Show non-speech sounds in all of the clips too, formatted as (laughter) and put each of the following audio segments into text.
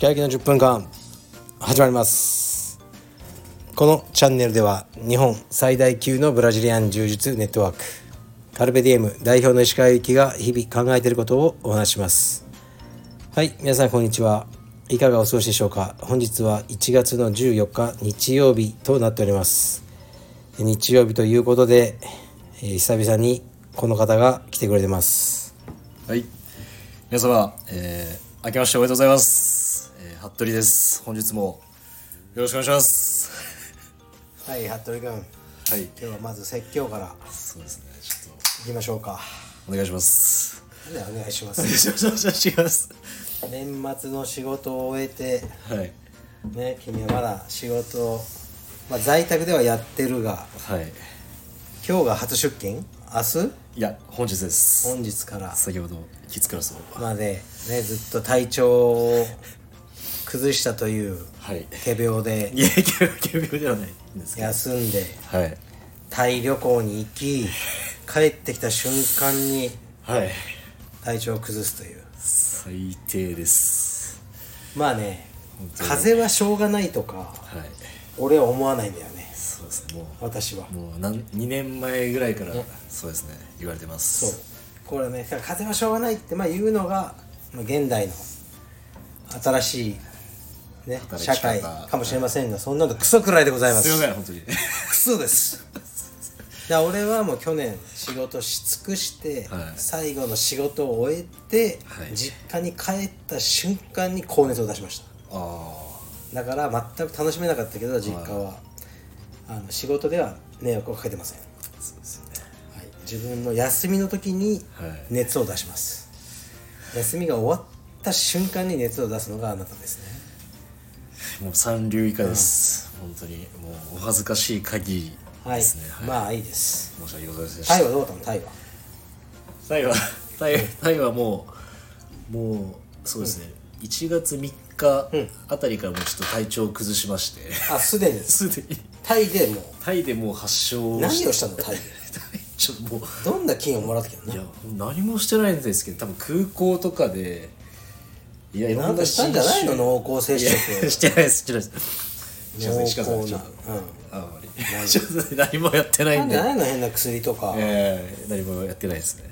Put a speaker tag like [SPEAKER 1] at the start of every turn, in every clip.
[SPEAKER 1] 鹿焼きの10分間始まりますこのチャンネルでは日本最大級のブラジリアン柔術ネットワークカルベディエム代表の石川由紀が日々考えていることをお話ししますはい皆さんこんにちはいかがお過ごしでしょうか本日は1月の14日日曜日となっております日曜日ということで、えー久々にこの方が来てくれてます
[SPEAKER 2] はい。皆様、えー、明けましておめでとうございます。えー、服部です。本日もよろしくお願いします。
[SPEAKER 1] はい服部君
[SPEAKER 2] はい。
[SPEAKER 1] 今日はまず説教から
[SPEAKER 2] そうですね。ちょっ
[SPEAKER 1] いきましょうか
[SPEAKER 2] と、お願いします。
[SPEAKER 1] でお願いします
[SPEAKER 2] お願いします。お願いします。
[SPEAKER 1] 年末の仕事を終えて
[SPEAKER 2] はい。
[SPEAKER 1] ね君はまだ仕事を、まあ、在宅ではやってるが
[SPEAKER 2] はい。
[SPEAKER 1] 今日が初出勤明日
[SPEAKER 2] いや、本日です。
[SPEAKER 1] 本日から
[SPEAKER 2] 先ほど、キッズクラスを。
[SPEAKER 1] まで、ね、ずっと体調を崩したという
[SPEAKER 2] はい。
[SPEAKER 1] 仮病で
[SPEAKER 2] いや、急病ではないんですけ
[SPEAKER 1] 休んで
[SPEAKER 2] ど。はい。
[SPEAKER 1] タイ旅行に行き帰ってきた瞬間に
[SPEAKER 2] はい。
[SPEAKER 1] 体調を崩すという
[SPEAKER 2] 最低です。
[SPEAKER 1] まあね
[SPEAKER 2] 本当に
[SPEAKER 1] 風邪はしょうがないとか
[SPEAKER 2] はい。
[SPEAKER 1] 俺は思わないんだよね
[SPEAKER 2] そうですね。もう、
[SPEAKER 1] 私は
[SPEAKER 2] もうなん2年前ぐらいから、そうですね。言われてます。
[SPEAKER 1] そうこれね風邪はしょうがないってまあ言うのがまあ現代の新しい、ね、
[SPEAKER 2] 働き
[SPEAKER 1] 社
[SPEAKER 2] 方
[SPEAKER 1] 会かもしれませんが、そんなのクソくらいでございますす
[SPEAKER 2] いませ
[SPEAKER 1] (laughs)
[SPEAKER 2] ん、本当に。
[SPEAKER 1] クソ
[SPEAKER 2] (laughs)
[SPEAKER 1] ですだから俺はもう去年仕事し尽くして、
[SPEAKER 2] はい
[SPEAKER 1] 最後の仕事を終えて、
[SPEAKER 2] はい
[SPEAKER 1] 実家に帰った瞬間に高熱を出しました
[SPEAKER 2] あ
[SPEAKER 1] だから全く楽しめなかったけど実家は、あの仕事では迷惑をかけてません、
[SPEAKER 2] あ、そうですよね。
[SPEAKER 1] はい、自分の休みの時に
[SPEAKER 2] はい
[SPEAKER 1] 熱を出します、休みが終わった瞬間に熱を出すのがあなたですね
[SPEAKER 2] もう三流以下です。本当に、もうお恥ずかしい限り
[SPEAKER 1] はい
[SPEAKER 2] ですね。はい
[SPEAKER 1] まあいいです
[SPEAKER 2] 申し訳ございませんでし
[SPEAKER 1] タ
[SPEAKER 2] た
[SPEAKER 1] イ。はどうだったのタイは
[SPEAKER 2] タイは、タイ、タイはもう、もう、そうですね。一月三日あたりからもうちょっと体調を崩しまして、
[SPEAKER 1] あすでに
[SPEAKER 2] (laughs) すでに
[SPEAKER 1] タイでもう
[SPEAKER 2] タイでもう発症
[SPEAKER 1] 何
[SPEAKER 2] して
[SPEAKER 1] をしたのタイで
[SPEAKER 2] (laughs) ちょっともう。
[SPEAKER 1] どんな菌をもらってきたの
[SPEAKER 2] いや何もしてないんですけど多分空港とかでいやい
[SPEAKER 1] なんかしたんじゃないの濃厚接
[SPEAKER 2] いや
[SPEAKER 1] 触
[SPEAKER 2] してないですしてないです近づいて近づいて
[SPEAKER 1] 濃
[SPEAKER 2] ちょっ
[SPEAKER 1] 厚
[SPEAKER 2] と
[SPEAKER 1] なうん
[SPEAKER 2] あんまり (laughs) ちょっと何もやってない
[SPEAKER 1] なん
[SPEAKER 2] ん
[SPEAKER 1] じ
[SPEAKER 2] で
[SPEAKER 1] ゃないの変な薬とか、
[SPEAKER 2] えー何もやってないですね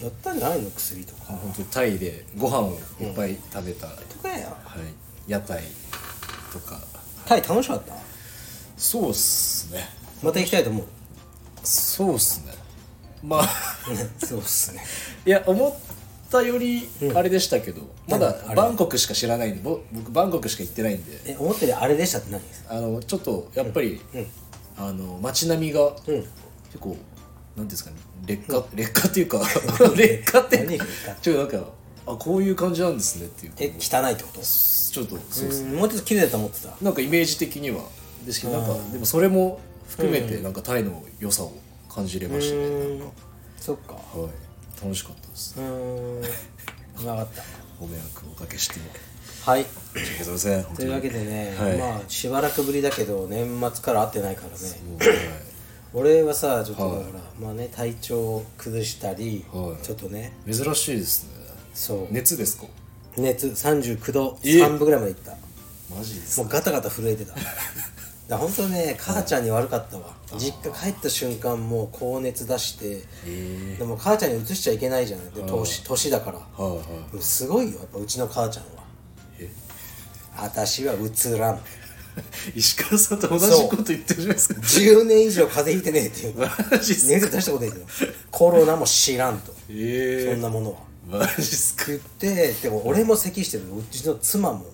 [SPEAKER 1] やったんじゃないの薬とか
[SPEAKER 2] 本当タイでご飯をいっぱい食べた、は
[SPEAKER 1] とかや
[SPEAKER 2] い屋台とか
[SPEAKER 1] タイ楽しかった
[SPEAKER 2] そうっすね
[SPEAKER 1] また行きたいと思う (laughs)
[SPEAKER 2] そうっすねまあ (laughs)
[SPEAKER 1] そうっすね
[SPEAKER 2] いや思ったよりあれでしたけど、まだ
[SPEAKER 1] あれ
[SPEAKER 2] バンコクしか知らないんでぼ僕バンコクしか行ってないんで
[SPEAKER 1] え思ったよりあれでしたって何ですか
[SPEAKER 2] あのちょっとやっぱり、
[SPEAKER 1] うん
[SPEAKER 2] あの街並みが、
[SPEAKER 1] ん
[SPEAKER 2] 結構なんていうんですかね劣化、劣化ってい
[SPEAKER 1] (laughs)
[SPEAKER 2] うか劣化って
[SPEAKER 1] 何が劣化
[SPEAKER 2] ちょっとなんかあこういう感じなんですねっていう
[SPEAKER 1] え
[SPEAKER 2] こ
[SPEAKER 1] 汚いってこと
[SPEAKER 2] うちょっとそうです、
[SPEAKER 1] うんもうちょっと綺麗だと思ってた
[SPEAKER 2] なんかイメージ的にはですけどなんかでもそれも含めてなんかタイの良さを感じれましたね、なんか
[SPEAKER 1] そっか
[SPEAKER 2] はい楽しかったです
[SPEAKER 1] うーん分かっ
[SPEAKER 2] ご迷惑をおかけして
[SPEAKER 1] たはい
[SPEAKER 2] 申し訳ございません本
[SPEAKER 1] (laughs)
[SPEAKER 2] 当
[SPEAKER 1] と
[SPEAKER 2] に
[SPEAKER 1] いうわけでね、
[SPEAKER 2] はい
[SPEAKER 1] まあしばらくぶりだけど年末から会ってないからね
[SPEAKER 2] もうはい
[SPEAKER 1] 俺はさちょっとだから、まあね体調を崩したり、
[SPEAKER 2] はい
[SPEAKER 1] ちょっとね
[SPEAKER 2] 珍しいですね
[SPEAKER 1] そう、
[SPEAKER 2] 熱ですか
[SPEAKER 1] 熱39度
[SPEAKER 2] え
[SPEAKER 1] 3分ぐらいまでいった
[SPEAKER 2] マジです
[SPEAKER 1] もうガタガタ震えて
[SPEAKER 2] (laughs)
[SPEAKER 1] ただから本当ね母ちゃんに悪かったわ実家帰った瞬間もう高熱出して
[SPEAKER 2] え
[SPEAKER 1] でも母ちゃんに移しちゃいけないじゃないで年年だから
[SPEAKER 2] はいはい
[SPEAKER 1] でもすごいよやっぱうちの母ちゃんは
[SPEAKER 2] え
[SPEAKER 1] 私はうつらん
[SPEAKER 2] 石川さんと同じこと言ってるじゃないですか。
[SPEAKER 1] 10年以上風邪ひいてねえっていう
[SPEAKER 2] マジっす
[SPEAKER 1] 熱出したことねえけどコロナも知らんとそ
[SPEAKER 2] え
[SPEAKER 1] んなものは
[SPEAKER 2] ー、マジっすか。
[SPEAKER 1] 言ってでも俺も咳してるうちの妻も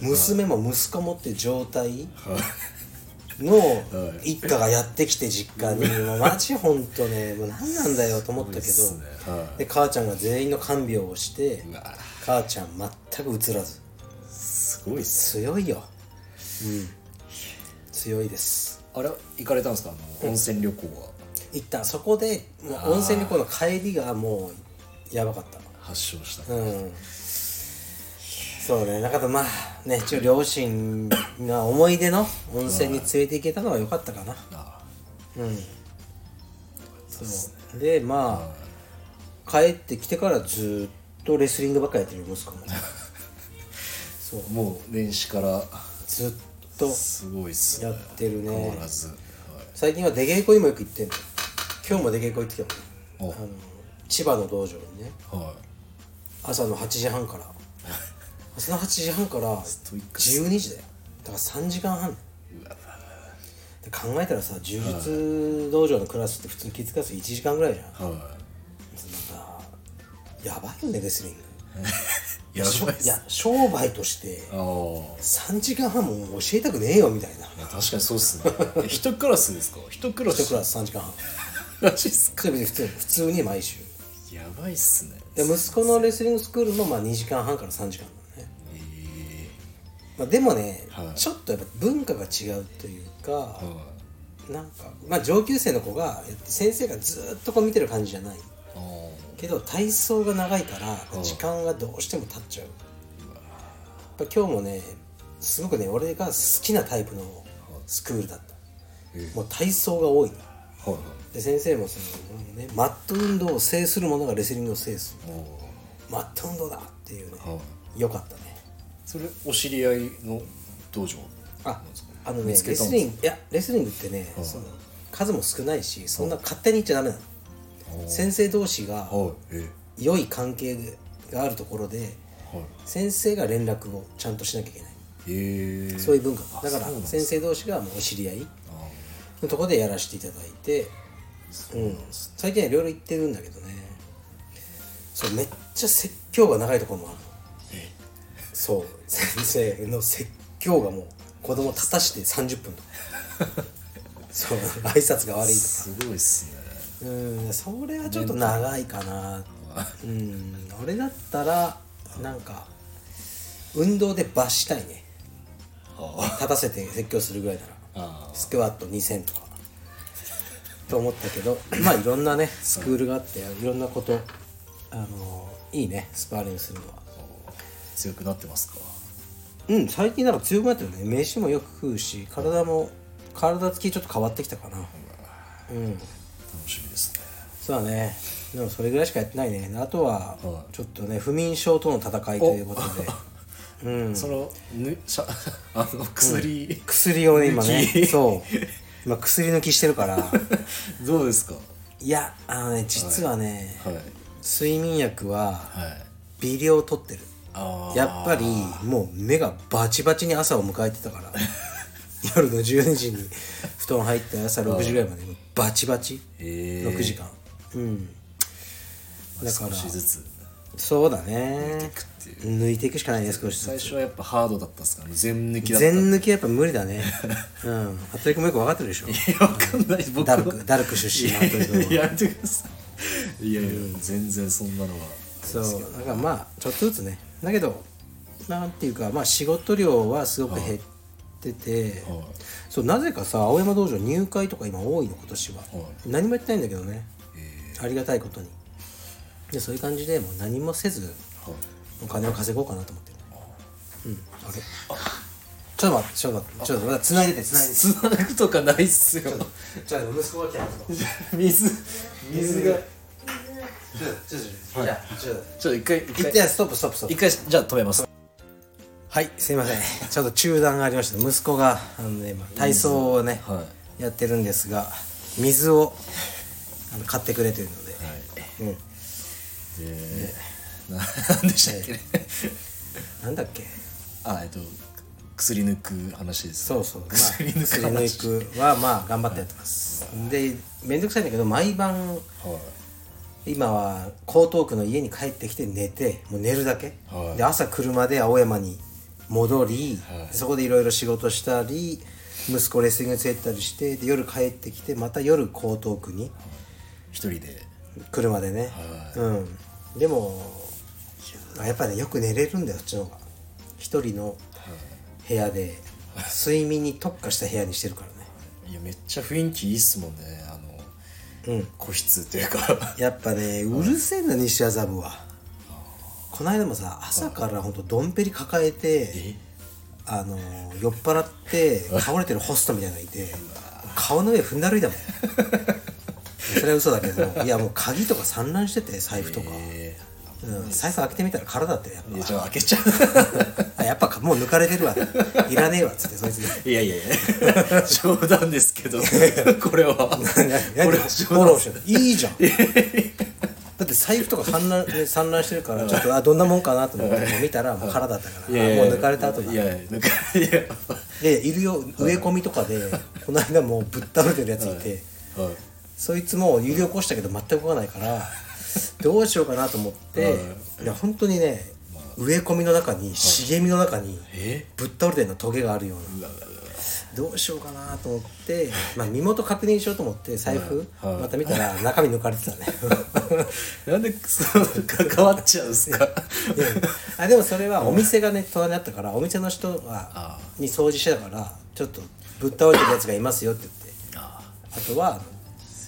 [SPEAKER 1] 娘も息子もっていう状態の
[SPEAKER 2] はい
[SPEAKER 1] 一家がやってきて実家にもうマジほんとねもう何なんだよと思ったけど
[SPEAKER 2] そうですねはい
[SPEAKER 1] で母ちゃんが全員の看病をして
[SPEAKER 2] うわ
[SPEAKER 1] 母ちゃん全くうつらず
[SPEAKER 2] すごいっす。
[SPEAKER 1] 強いようん強いです
[SPEAKER 2] あれ行かれたんですかあの温泉旅行は
[SPEAKER 1] 一旦そこでもう温泉旅行の帰りがもうやばかった
[SPEAKER 2] 発症した。
[SPEAKER 1] うんそうねだからまあね一応両親が思い出の温泉に連れて行けたのは良かったかな
[SPEAKER 2] あ
[SPEAKER 1] うんそうでま (laughs) あ帰ってきてからずっとレスリングばっかやってる息子も
[SPEAKER 2] ー
[SPEAKER 1] そう
[SPEAKER 2] もう年始から
[SPEAKER 1] ずっと
[SPEAKER 2] すごいっすね
[SPEAKER 1] やってるね
[SPEAKER 2] 変わらず、はい
[SPEAKER 1] 最近は出稽古にもよく行ってんの今日も出稽古行ってきた
[SPEAKER 2] お
[SPEAKER 1] もんあの千葉の道場にね
[SPEAKER 2] はい
[SPEAKER 1] 朝の8時半から朝の8時半から
[SPEAKER 2] トイックっ
[SPEAKER 1] 12時だよだから3時間半で考えたらさ柔術道場のクラスって普通気づかず1時間ぐらいじゃんま
[SPEAKER 2] は
[SPEAKER 1] たやばいよねレスリング
[SPEAKER 2] いやばいっ
[SPEAKER 1] い
[SPEAKER 2] すあ
[SPEAKER 1] や商売として
[SPEAKER 2] あー
[SPEAKER 1] 3時間半も教えたくねえよみたいない
[SPEAKER 2] や確かにそうっすね (laughs) え一クラスですか一クラス
[SPEAKER 1] 一クラス3時間半
[SPEAKER 2] らしいっすか
[SPEAKER 1] それ別に普通普通に毎週
[SPEAKER 2] やばいっすね
[SPEAKER 1] で息子のレスリングスクールもまあ2時間半から3時間なのね、まあ、でもね、
[SPEAKER 2] はい
[SPEAKER 1] ちょっとやっぱ文化が違うというか、
[SPEAKER 2] は
[SPEAKER 1] なんか、まあ、上級生の子がやって先生がずっとこう見てる感じじゃない
[SPEAKER 2] いあ
[SPEAKER 1] けど体操が長いから
[SPEAKER 2] ん
[SPEAKER 1] 時間がどうしても経っちゃうやっぱ今日もねすごくね俺が好きなタイプのスクールだった
[SPEAKER 2] え
[SPEAKER 1] もう体操が多いの
[SPEAKER 2] あはい
[SPEAKER 1] で先生もその、ね、マット運動を制するものがレスリングを制する
[SPEAKER 2] はいおー
[SPEAKER 1] マット運動だっていうね
[SPEAKER 2] は
[SPEAKER 1] よかったね
[SPEAKER 2] それお知り合いの道場
[SPEAKER 1] ああのね
[SPEAKER 2] 見
[SPEAKER 1] レ
[SPEAKER 2] つけたん
[SPEAKER 1] ス
[SPEAKER 2] で
[SPEAKER 1] リングいやレスリングってね
[SPEAKER 2] ん
[SPEAKER 1] その数も少ないしそんな勝手に言っちゃダメなの先生同士が
[SPEAKER 2] はいえ
[SPEAKER 1] 良い関係があるところで
[SPEAKER 2] はい
[SPEAKER 1] 先生が連絡をちゃんとしなきゃいけない
[SPEAKER 2] ええ
[SPEAKER 1] そういう文化だか
[SPEAKER 2] そうなん
[SPEAKER 1] ら
[SPEAKER 2] です
[SPEAKER 1] 先生同士がもうお知り合い
[SPEAKER 2] あ
[SPEAKER 1] のところでやらせていただいてうん最近はいろいろ行ってるんだけどねそうめっちゃ説教が長いところもあるのそう先生の説教がもう子供立たして30分とかそう挨拶が悪いとか
[SPEAKER 2] すごいっすね
[SPEAKER 1] うんそれはちょっと長いかなうん俺だったらなんか運動で罰したいね
[SPEAKER 2] あ
[SPEAKER 1] 立たせて説教するぐらいなら
[SPEAKER 2] あ
[SPEAKER 1] スクワット2000とかと思ったけど (clears throat) まあいろんなねスクールがあっていろんなことあのいいねスパーリングするのは
[SPEAKER 2] 強くなってますか
[SPEAKER 1] うん最近なんか強くなってるね飯もよく食うし体も体つきちょっと変わってきたかなうん
[SPEAKER 2] 楽しみですね
[SPEAKER 1] そうだねでもそれぐらいしかやってないねあとは
[SPEAKER 2] はい
[SPEAKER 1] ちょっとね不眠症との戦いということで (laughs) うん
[SPEAKER 2] そのぬしゃ (laughs) あの薬、
[SPEAKER 1] 薬をね今 (laughs)
[SPEAKER 2] 抜き
[SPEAKER 1] ねそう今薬抜きしてるから
[SPEAKER 2] (laughs) どうですか
[SPEAKER 1] いやあのね実はね、
[SPEAKER 2] はい
[SPEAKER 1] 睡眠薬は
[SPEAKER 2] はい
[SPEAKER 1] 微量取ってる
[SPEAKER 2] ああ
[SPEAKER 1] やっぱりもう目がバチバチに朝を迎えてたから
[SPEAKER 2] (laughs)
[SPEAKER 1] 夜の12時に布団入って朝6時ぐらいまでバチバチ
[SPEAKER 2] ええ
[SPEAKER 1] 6時間、うんだから
[SPEAKER 2] 少しずつ
[SPEAKER 1] そうだね
[SPEAKER 2] っていう
[SPEAKER 1] 抜いていくしかないね少しず
[SPEAKER 2] 最
[SPEAKER 1] つ
[SPEAKER 2] 初はやっぱハードだったっすかね全抜きだった
[SPEAKER 1] 全抜きやっぱ無理だ
[SPEAKER 2] (laughs)
[SPEAKER 1] ねうん服部君もよく分かってるでしょ
[SPEAKER 2] いや (laughs) わかんない僕
[SPEAKER 1] ダルクダルク出身の服部君
[SPEAKER 2] いややめてくださいいやいや、全然そんなのは
[SPEAKER 1] そうだからまあちょっとずつねだけどなんていうかまあ仕事量はすごく減ってて、
[SPEAKER 2] はい
[SPEAKER 1] そうなぜかさ青山道場入会とか今多いの今年は、
[SPEAKER 2] い
[SPEAKER 1] 何もやってないんだけどね
[SPEAKER 2] え
[SPEAKER 1] ありがたいことにでそういう感じでもう何もせず
[SPEAKER 2] ーはい
[SPEAKER 1] お金を稼ごうかなと思ってるうんあれちょっと待ってちょっと待ってちょっとまだ繋いでて繋いでて
[SPEAKER 2] つなぐとかないっすよ
[SPEAKER 1] じゃあ息子が来たんです
[SPEAKER 2] 水水が
[SPEAKER 1] ちょっとちょっとじゃあちょっと
[SPEAKER 2] ちょっと一回一
[SPEAKER 1] 一
[SPEAKER 2] 回
[SPEAKER 1] 旦ストップストップストップ
[SPEAKER 2] 一回じゃあ止めます
[SPEAKER 1] はいすいませんちょっと中断がありました息子があの、ね、今体操をね、
[SPEAKER 2] は
[SPEAKER 1] やってるんですが水をあの買ってくれてるので、
[SPEAKER 2] はい
[SPEAKER 1] うん、
[SPEAKER 2] えー、なんでしたっけね
[SPEAKER 1] なんだっけ
[SPEAKER 2] あえっと薬抜く話です
[SPEAKER 1] そうそう、まあ、
[SPEAKER 2] 薬抜く
[SPEAKER 1] 薬抜くはまあ頑張ってやってます、でめんどくさいんだけど毎晩
[SPEAKER 2] はい
[SPEAKER 1] 今は江東区の家に帰ってきて寝てもう寝るだけ、
[SPEAKER 2] はい
[SPEAKER 1] で朝車で青山に戻り、
[SPEAKER 2] はい
[SPEAKER 1] そこでいろいろ仕事したり息子レスリングに連れてったりしてで夜帰ってきてまた夜江東区に
[SPEAKER 2] 一人で
[SPEAKER 1] 車でね、
[SPEAKER 2] は
[SPEAKER 1] うんでもやっぱりねよく寝れるんだよそっちの方が一人の部屋で睡眠に特化した部屋にしてるからね
[SPEAKER 2] いやめっちゃ雰囲気いいっすもんねあの、
[SPEAKER 1] うん
[SPEAKER 2] 個室っていうか
[SPEAKER 1] やっぱねうるせえんだ西麻布はこの間もさ朝からほんとドンペリ抱えてあの酔っ払って倒れてるホストみたいなのがいて顔の上踏んだるいだもんそれは嘘だけどいやもう鍵とか散乱してて財布とか、
[SPEAKER 2] え
[SPEAKER 1] うん、財布開けてみたら空だってやっ
[SPEAKER 2] いやじゃあ開けちゃう
[SPEAKER 1] ぱあやっぱもう抜かれてるわいらねえわっつってそいつ
[SPEAKER 2] (laughs)
[SPEAKER 1] に
[SPEAKER 2] いやいやいや (laughs) 冗談です (laughs) けどこれはこれ
[SPEAKER 1] 何
[SPEAKER 2] は
[SPEAKER 1] フォ
[SPEAKER 2] 冗
[SPEAKER 1] ロー
[SPEAKER 2] 談で
[SPEAKER 1] して
[SPEAKER 2] す
[SPEAKER 1] るいいじゃんだって財布とか散乱ね散乱してるからちょっとあどんなもんかなと思って見たらもう空だったからあ
[SPEAKER 2] い
[SPEAKER 1] もう
[SPEAKER 2] やいやいや
[SPEAKER 1] 抜かれた後に
[SPEAKER 2] いやいや抜かれいや
[SPEAKER 1] いやいやいるよ植え込みとかでこの間もうぶっ倒れてるやついて
[SPEAKER 2] はい
[SPEAKER 1] そいつも揺り起こしたけど全く動かないからどうしようかなと思っていや本当にね植え込みの中に茂みの中に
[SPEAKER 2] え
[SPEAKER 1] ぶっ倒れてるのトゲがあるような
[SPEAKER 2] うわうわうわ
[SPEAKER 1] どうしようかなと思って、まあ、身元確認しようと思って財布
[SPEAKER 2] はいはい
[SPEAKER 1] また見たら中身抜かれてたね (laughs)
[SPEAKER 2] なんでそう関わっちゃうんですか
[SPEAKER 1] で (laughs) あでもそれはお店がね隣だったからお店の人は
[SPEAKER 2] あ
[SPEAKER 1] に掃除してたからちょっとぶっ倒れてるやつがいますよって言って
[SPEAKER 2] あ
[SPEAKER 1] あとはあの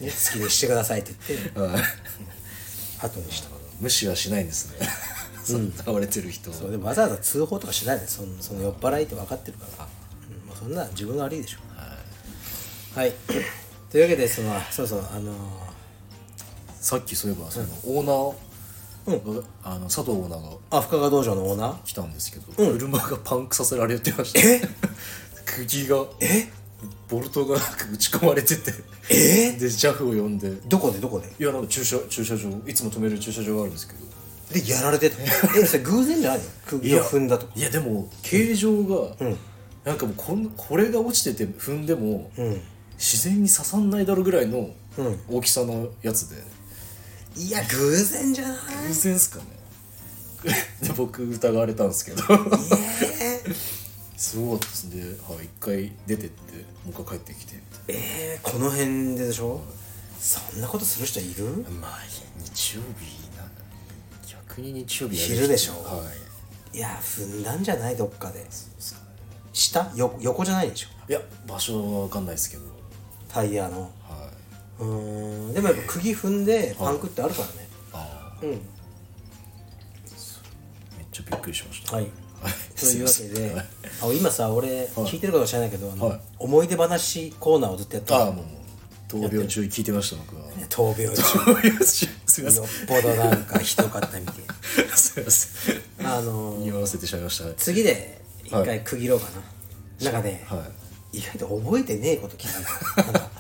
[SPEAKER 1] 好きにしてくださいって言って
[SPEAKER 2] あはい
[SPEAKER 1] 後にした
[SPEAKER 2] 無視はしないんですね (laughs) そんな倒れてる人を
[SPEAKER 1] そうでもわざわざ通報とかしないでそのその酔っ払いって分かってるから、うんまあ、そんなの自分が悪いでしょはい、 (coughs) というわけでそのそうそうあの
[SPEAKER 2] さっきそういえばそのオーナーが、あの佐藤オーナーが
[SPEAKER 1] ー、あ深川道場のオーナー
[SPEAKER 2] 来たんですけど、車がパンクさせられてました
[SPEAKER 1] え
[SPEAKER 2] (laughs) 釘がボルトがなんか打ち込まれてて
[SPEAKER 1] え
[SPEAKER 2] で JAF を呼んで
[SPEAKER 1] どこでどこで
[SPEAKER 2] いやなんか駐車駐車場いつも止める駐車場があるんですけど
[SPEAKER 1] でやられてたえそれ偶然じゃないの釘を踏んだとか
[SPEAKER 2] いやでも形状が、なんかもうこんこれが落ちてて踏んでも、
[SPEAKER 1] ん
[SPEAKER 2] 自然に刺さんないだろうぐらいの
[SPEAKER 1] うん
[SPEAKER 2] 大きさのやつで、
[SPEAKER 1] いや偶然じゃない
[SPEAKER 2] 偶然っすかね (laughs) で僕疑われたんですけ (laughs) ど
[SPEAKER 1] えー
[SPEAKER 2] すごかったですねはい一回出てってもう一回帰ってきてみたいな
[SPEAKER 1] (laughs) えーこの辺ででしょそんなことする人いる
[SPEAKER 2] まあ日曜日なんだ逆に日曜日
[SPEAKER 1] 昼でしょ
[SPEAKER 2] はい
[SPEAKER 1] いや踏んだんじゃないどっかで
[SPEAKER 2] そうですかね
[SPEAKER 1] 下よ横じゃないでしょ
[SPEAKER 2] いや場所は分かんないですけど
[SPEAKER 1] タイヤの
[SPEAKER 2] はいう
[SPEAKER 1] ーんでもやっぱ釘踏んでパンクってあるからね
[SPEAKER 2] あ
[SPEAKER 1] うん
[SPEAKER 2] あめっちゃびっくりしました
[SPEAKER 1] はいと
[SPEAKER 2] (laughs) す
[SPEAKER 1] い
[SPEAKER 2] いうま
[SPEAKER 1] わ
[SPEAKER 2] せ
[SPEAKER 1] け
[SPEAKER 2] ん
[SPEAKER 1] で
[SPEAKER 2] はい
[SPEAKER 1] あ今さ俺聞いてるかは知らないけどあの
[SPEAKER 2] はい
[SPEAKER 1] 思い出話コーナーをずっとやって
[SPEAKER 2] ああ
[SPEAKER 1] た
[SPEAKER 2] もう闘病中聞いてました僕は
[SPEAKER 1] 闘病中
[SPEAKER 2] 闘病中すいませ
[SPEAKER 1] よ
[SPEAKER 2] ん
[SPEAKER 1] っぽどなんかひどかったみたい
[SPEAKER 2] すいません
[SPEAKER 1] あのー
[SPEAKER 2] 匂わせてしまいましたはい
[SPEAKER 1] 次で一
[SPEAKER 2] は
[SPEAKER 1] 回区切ろうかな、なんかね、意外と覚えてねえこと聞い
[SPEAKER 2] (laughs)
[SPEAKER 1] たなんか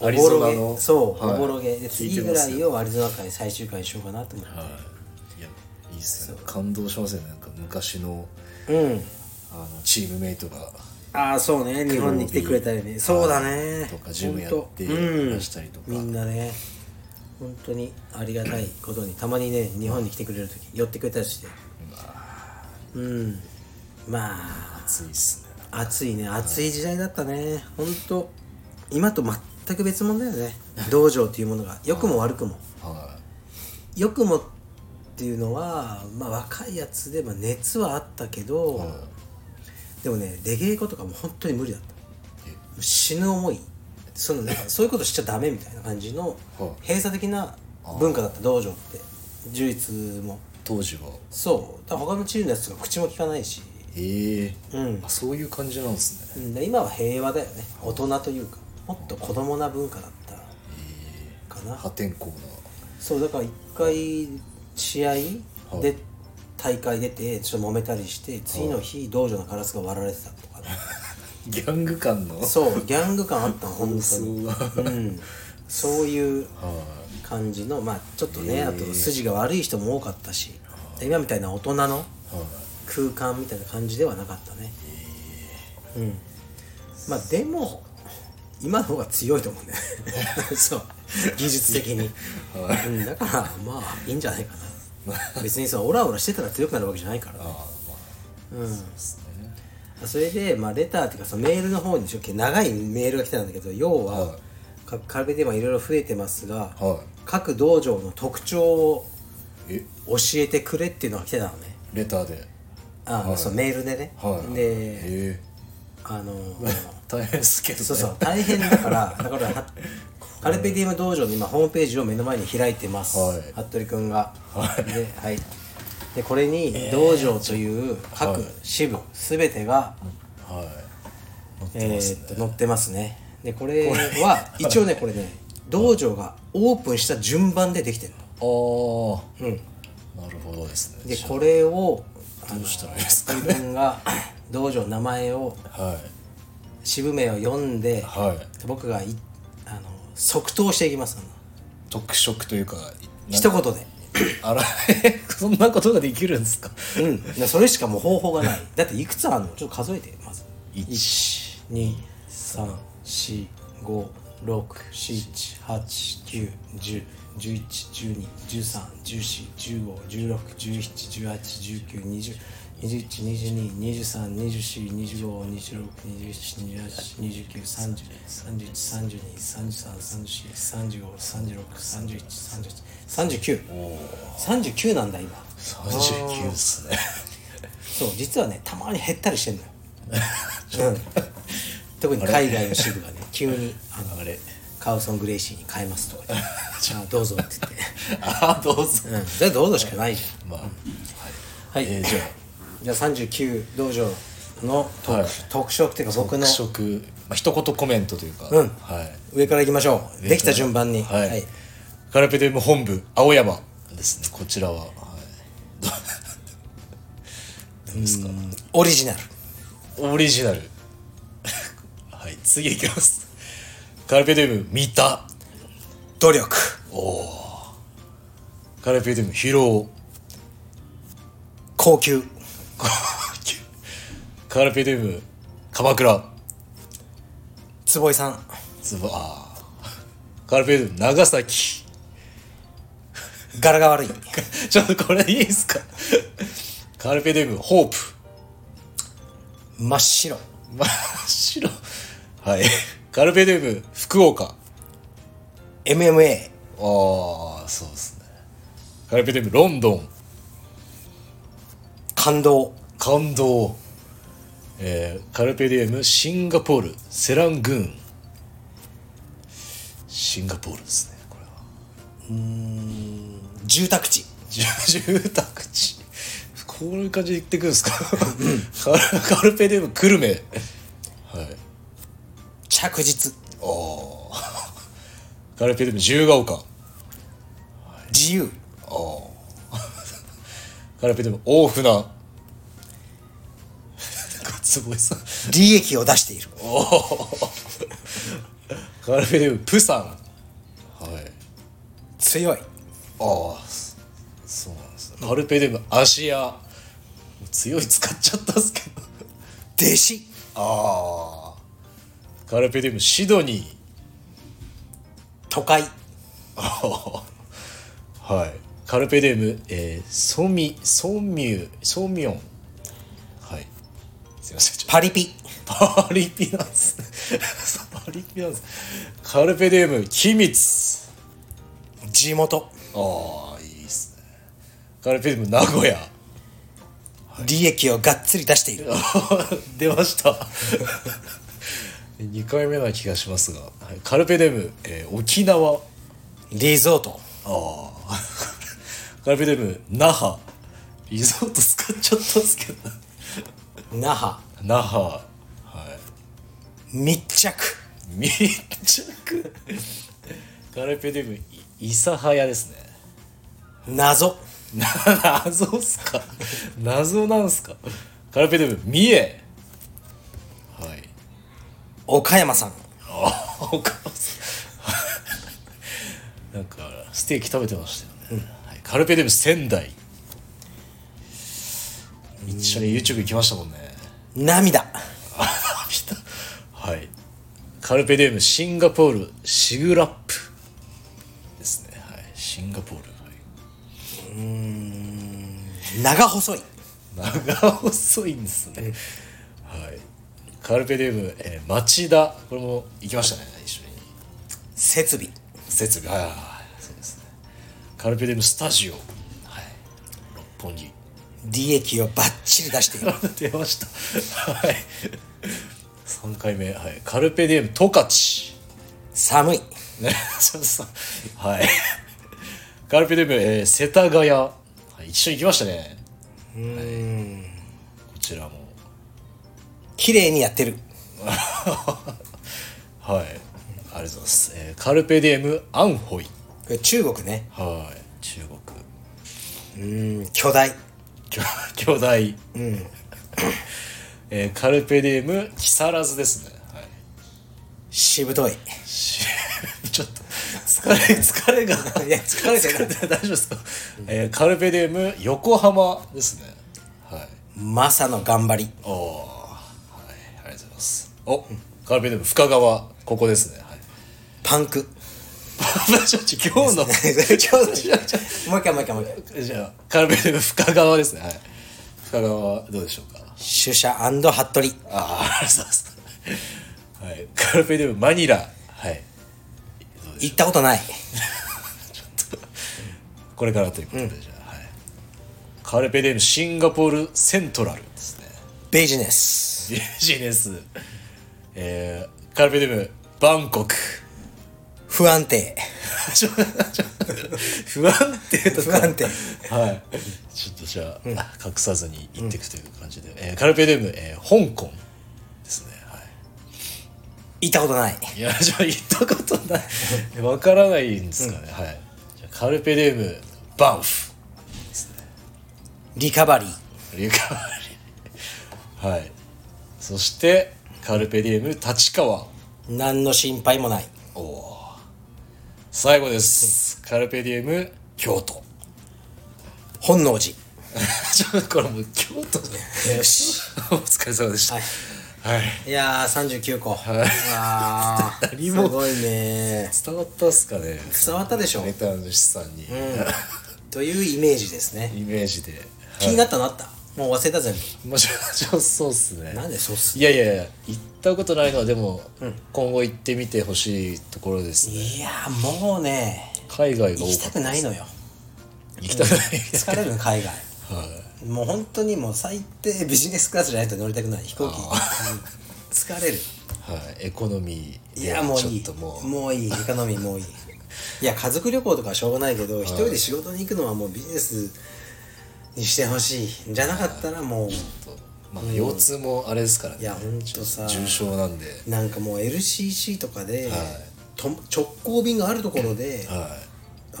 [SPEAKER 2] アリゾナ
[SPEAKER 1] おぼろ
[SPEAKER 2] の
[SPEAKER 1] げそう、
[SPEAKER 2] はい
[SPEAKER 1] おぼろげで
[SPEAKER 2] 聞い
[SPEAKER 1] 次
[SPEAKER 2] て
[SPEAKER 1] ぐ
[SPEAKER 2] ま
[SPEAKER 1] ら
[SPEAKER 2] すよ
[SPEAKER 1] いをアリゾナ会最終回にしようかなと思って、
[SPEAKER 2] はいいやいいっすね感動しますよねなんか昔の
[SPEAKER 1] うん
[SPEAKER 2] あのチームメイトが
[SPEAKER 1] ああそうね日本に来てくれたりねそうだね
[SPEAKER 2] とかジムやって
[SPEAKER 1] ほんとうん
[SPEAKER 2] 出したりとか
[SPEAKER 1] みんなね本当にありがたいことにたまにね日本に来てくれる時寄ってくれたりしてうんまあ
[SPEAKER 2] 熱いっすね
[SPEAKER 1] 暑いね暑い時代だったね本当今と全く別物だよね道場というものが良くも悪くも
[SPEAKER 2] は
[SPEAKER 1] 良くもっていうのは、まあ、若いやつで、まあ、熱はあったけど、
[SPEAKER 2] い
[SPEAKER 1] でもねレゲエ語とかも本当に無理だった
[SPEAKER 2] え
[SPEAKER 1] 死ぬ思いそのなんかそういうことしちゃダメみたいな感じの
[SPEAKER 2] はい
[SPEAKER 1] 閉鎖的な文化だった道場って柔術も
[SPEAKER 2] 当時は
[SPEAKER 1] そうだから他のチームのやつとか口も利かないし、
[SPEAKER 2] ええ
[SPEAKER 1] うん
[SPEAKER 2] あそういう感じなんです
[SPEAKER 1] う
[SPEAKER 2] ね
[SPEAKER 1] んで今は平和だよね大人というかもっと子供な文化だった
[SPEAKER 2] え
[SPEAKER 1] かな
[SPEAKER 2] え破天荒な
[SPEAKER 1] そうだから一回試合で大会出てちょっと揉めたりして次の日道場のガラスが割られてたと
[SPEAKER 2] (laughs)
[SPEAKER 1] かね
[SPEAKER 2] ギャング感の
[SPEAKER 1] そうギャング感あったの本当に
[SPEAKER 2] そうが
[SPEAKER 1] うんそういう
[SPEAKER 2] は
[SPEAKER 1] 感じのまあちょっとねあと筋が悪い人も多かったし今みたいな大人の
[SPEAKER 2] いはい
[SPEAKER 1] 空間みたいな感じではなかったねうんまあでも今の方が強いと思うんだよ
[SPEAKER 2] (laughs)
[SPEAKER 1] ねそう技術的に、うん、だからまあいいんじゃないかな別にさオラオラしてたら強くなるわけじゃないから
[SPEAKER 2] ああま
[SPEAKER 1] うん
[SPEAKER 2] あですね
[SPEAKER 1] それで、まあ、レターっていうかそのメールの方にちょっと長いメールが来たんだけど要は、
[SPEAKER 2] は
[SPEAKER 1] かカルベディウムはいろいろ増えてますが、
[SPEAKER 2] は
[SPEAKER 1] 各道場の特徴を
[SPEAKER 2] いえ
[SPEAKER 1] 教えてくれっていうのが来てたのね
[SPEAKER 2] レターで
[SPEAKER 1] あの、そうメールでね、
[SPEAKER 2] は
[SPEAKER 1] で
[SPEAKER 2] いえ
[SPEAKER 1] あの
[SPEAKER 2] え大変っすけどね
[SPEAKER 1] そうそう大変だからだからはカルペディウム道場の今ホームページを目の前に開いてます、
[SPEAKER 2] はい
[SPEAKER 1] 服部君が、で,、はい、でこれに道場という各支部全てが、
[SPEAKER 2] はい乗っ
[SPEAKER 1] え
[SPEAKER 2] てます
[SPEAKER 1] ーっと載ってますねでこれは一応ねこれね道場がオープンした順番でできてるの
[SPEAKER 2] ああ
[SPEAKER 1] うん
[SPEAKER 2] なるほどですね
[SPEAKER 1] でこれを
[SPEAKER 2] どうしたらいいですか
[SPEAKER 1] 自分が道場の名前を
[SPEAKER 2] はい
[SPEAKER 1] 支部名を読んで
[SPEAKER 2] はい
[SPEAKER 1] 僕がいあの即答していきます
[SPEAKER 2] 特色というか
[SPEAKER 1] 一言で
[SPEAKER 2] あらそんなことができるんですか
[SPEAKER 1] うんでそれしかもう方法がないだっていくつあるのちょっと数えてまず
[SPEAKER 2] 一
[SPEAKER 1] 3745678910111213141516171819202122232425262728293031313233343536373839なんだ今
[SPEAKER 2] 三十九ですね
[SPEAKER 1] そう実はねたまに減ったりしてんの (laughs) ようん特に海外の支 (laughs) 部がね急にあの
[SPEAKER 2] あれ
[SPEAKER 1] カウソン・グレイシーに変えますとか (laughs) 言ってあどうぞって言って、
[SPEAKER 2] ああどうぞ
[SPEAKER 1] うん、それはどうぞしかないじゃん
[SPEAKER 2] まあはい
[SPEAKER 1] はい、
[SPEAKER 2] えーじゃあ
[SPEAKER 1] じゃあ39道場の特,、
[SPEAKER 2] はい
[SPEAKER 1] 特色っていうか僕の
[SPEAKER 2] 特色まあ一言コメントというか
[SPEAKER 1] うん
[SPEAKER 2] はい
[SPEAKER 1] 上からいきましょうできた順番に
[SPEAKER 2] はい、カルペディウム本部青山ですねこちらは、はい、どうですか
[SPEAKER 1] オリジナル
[SPEAKER 2] オリジナル (laughs) はい次いきますカルペディウム三田
[SPEAKER 1] 努力
[SPEAKER 2] カルペディウム疲労
[SPEAKER 1] 高級
[SPEAKER 2] (laughs) カルペディウム鎌倉
[SPEAKER 1] 坪井さん
[SPEAKER 2] つばあーカルペディウム長崎 (laughs)
[SPEAKER 1] 柄が悪い
[SPEAKER 2] ちょっとこれいいですか (laughs) カルペディウムホープ
[SPEAKER 1] 真っ白
[SPEAKER 2] 真っ白はいカルペディウム福岡
[SPEAKER 1] MMA
[SPEAKER 2] ああそうですねカルペディウムロンドン
[SPEAKER 1] 感動
[SPEAKER 2] 感動、えーカルペディウムシンガポールセラングーンシンガポールですねこれは
[SPEAKER 1] 住宅地
[SPEAKER 2] 住住宅地こういう感じで行ってくんですか (laughs) カルカルペディウム久留米はい
[SPEAKER 1] 着実
[SPEAKER 2] カルペディウム自由が丘
[SPEAKER 1] 自由
[SPEAKER 2] カルペディウム大船 (laughs) なんかすごいさ
[SPEAKER 1] 利益を出している
[SPEAKER 2] (laughs) カルペディウムプサンはい
[SPEAKER 1] 強い
[SPEAKER 2] ああそそうなんですねカルペディウム芦屋もう強い使っちゃったっすけど
[SPEAKER 1] 弟子
[SPEAKER 2] ああカルペディウムシドニー
[SPEAKER 1] 都会
[SPEAKER 2] ああはいカルペディウム、えー、ソミソミュソミョンはいすいませんちょっと (laughs)
[SPEAKER 1] パリピ
[SPEAKER 2] パリピなんですね (laughs) パリピなんですカルペディウム機密
[SPEAKER 1] 地元
[SPEAKER 2] ああいいですねカルペディウム名古屋 (laughs)
[SPEAKER 1] 利益をがっつり出している
[SPEAKER 2] 出ました2回目な気がしますが、はいカルペディウム、えー沖縄
[SPEAKER 1] リゾート
[SPEAKER 2] ああ (laughs) カルペディウム那覇リゾート使っちゃったんですけど
[SPEAKER 1] 那覇
[SPEAKER 2] 那覇はい
[SPEAKER 1] 密着
[SPEAKER 2] 密着カルペディウムい諫早ですね
[SPEAKER 1] 謎
[SPEAKER 2] な謎っすか謎なんすかカルペディウム三重はい
[SPEAKER 1] 岡山さん
[SPEAKER 2] あお母さん (laughs) なんかステーキ食べてましたよね、はい、カルペディウム仙台一緒に YouTube 行きましたもんね (laughs)
[SPEAKER 1] 涙
[SPEAKER 2] あ見たはいカルペディウムシンガポールシグラップですねはいシンガポール、はい
[SPEAKER 1] 長細い
[SPEAKER 2] 長細いんですね、はいカルペディウム、えー町田これも行きましたね一緒に
[SPEAKER 1] 設備
[SPEAKER 2] 設備はいはいはいそうですねカルペディウムスタジオはい六本木 (laughs)
[SPEAKER 1] 利益をバッチリ出している
[SPEAKER 2] 出ましたはい3回目はいカルペディウム十勝
[SPEAKER 1] 寒い
[SPEAKER 2] ね (laughs) そうそうはいカルペディウム、えー世田谷、はい、一緒に行きましたねはい、こちらも (laughs)
[SPEAKER 1] 綺麗にやってる
[SPEAKER 2] はい、ありがとうございます。えーカルペディエムアンホイ。
[SPEAKER 1] これ中国ね
[SPEAKER 2] はい、中国。
[SPEAKER 1] うん巨大
[SPEAKER 2] (laughs) 巨巨大、えーカルペディウム木更津ですね、はい、 (laughs)
[SPEAKER 1] しぶとい
[SPEAKER 2] しちょっと疲れ疲れが
[SPEAKER 1] いや疲れてない
[SPEAKER 2] 大丈夫ですか、えーカルペディウム横浜ですねはい
[SPEAKER 1] マサの頑張り
[SPEAKER 2] おおはいありがとうございますおカルペディウム深川ここですねはい
[SPEAKER 1] パンク
[SPEAKER 2] ちょちょ今
[SPEAKER 1] (laughs)
[SPEAKER 2] 日のちょちょ
[SPEAKER 1] もう一回もう一回もう一回
[SPEAKER 2] じゃあカルペディウム深川ですねはい深川はどうでしょうか
[SPEAKER 1] 主者服部
[SPEAKER 2] ああそうですはいカルペディウムマニラはい
[SPEAKER 1] 行ったことない
[SPEAKER 2] これからということで、じゃあ、はい、カルペディウムシンガポールセントラルですね
[SPEAKER 1] ビジネス
[SPEAKER 2] ビジネスえー、カルペディウムバンコク
[SPEAKER 1] 不安定
[SPEAKER 2] ちょちょ不安定と
[SPEAKER 1] 不安定
[SPEAKER 2] はいちょっとじゃあ、隠さずに言っていくという感じで、えーカルペディウム、えー、香港ですねはい
[SPEAKER 1] 行ったことない
[SPEAKER 2] いやじゃあ行ったことないわからないんですかね、はいじゃあカルペディウムバンフ
[SPEAKER 1] リカバリー
[SPEAKER 2] リカバリーはいそしてカルペディウム立川
[SPEAKER 1] 何の心配もない
[SPEAKER 2] 最後ですカルペディウム京都 (laughs)
[SPEAKER 1] 本能寺
[SPEAKER 2] ちょっとこれもう京都 (laughs) で
[SPEAKER 1] よし
[SPEAKER 2] お疲れ様でしたはい、
[SPEAKER 1] いやー39個あ (laughs) ー
[SPEAKER 2] 何
[SPEAKER 1] す
[SPEAKER 2] も
[SPEAKER 1] ごいね
[SPEAKER 2] 伝わったっすかね
[SPEAKER 1] 伝わったでしょ
[SPEAKER 2] ネタ主さんに、
[SPEAKER 1] というイメージですね
[SPEAKER 2] (laughs) イメージで、
[SPEAKER 1] 気になったのあったもう忘れた全部
[SPEAKER 2] もちろんそうっすね
[SPEAKER 1] なんでそうっす
[SPEAKER 2] いやいやいや行ったことないのはでも、今後行ってみてほしいところですね
[SPEAKER 1] いやーもうね
[SPEAKER 2] 海外が
[SPEAKER 1] 行
[SPEAKER 2] 多
[SPEAKER 1] き
[SPEAKER 2] か
[SPEAKER 1] た
[SPEAKER 2] っ
[SPEAKER 1] くないのよ
[SPEAKER 2] た行きたくない (laughs)
[SPEAKER 1] 疲れるの海外もう本当にもう最低ビジネスクラスじゃないと乗りたくない飛行機うん疲れる
[SPEAKER 2] はいエコノミー
[SPEAKER 1] い
[SPEAKER 2] で
[SPEAKER 1] やもういい
[SPEAKER 2] ちょっともう
[SPEAKER 1] もういいエコノミーもういい (laughs) いや家族旅行とかはしょうがないけど一人で仕事に行くのはもうビジネスにしてほしいじゃなかったらもう
[SPEAKER 2] ちょっとまあ、腰痛もあれですからね
[SPEAKER 1] いやほんとさ
[SPEAKER 2] 重症なんで
[SPEAKER 1] なんかもう LCC とかでと直行便があるところで
[SPEAKER 2] はい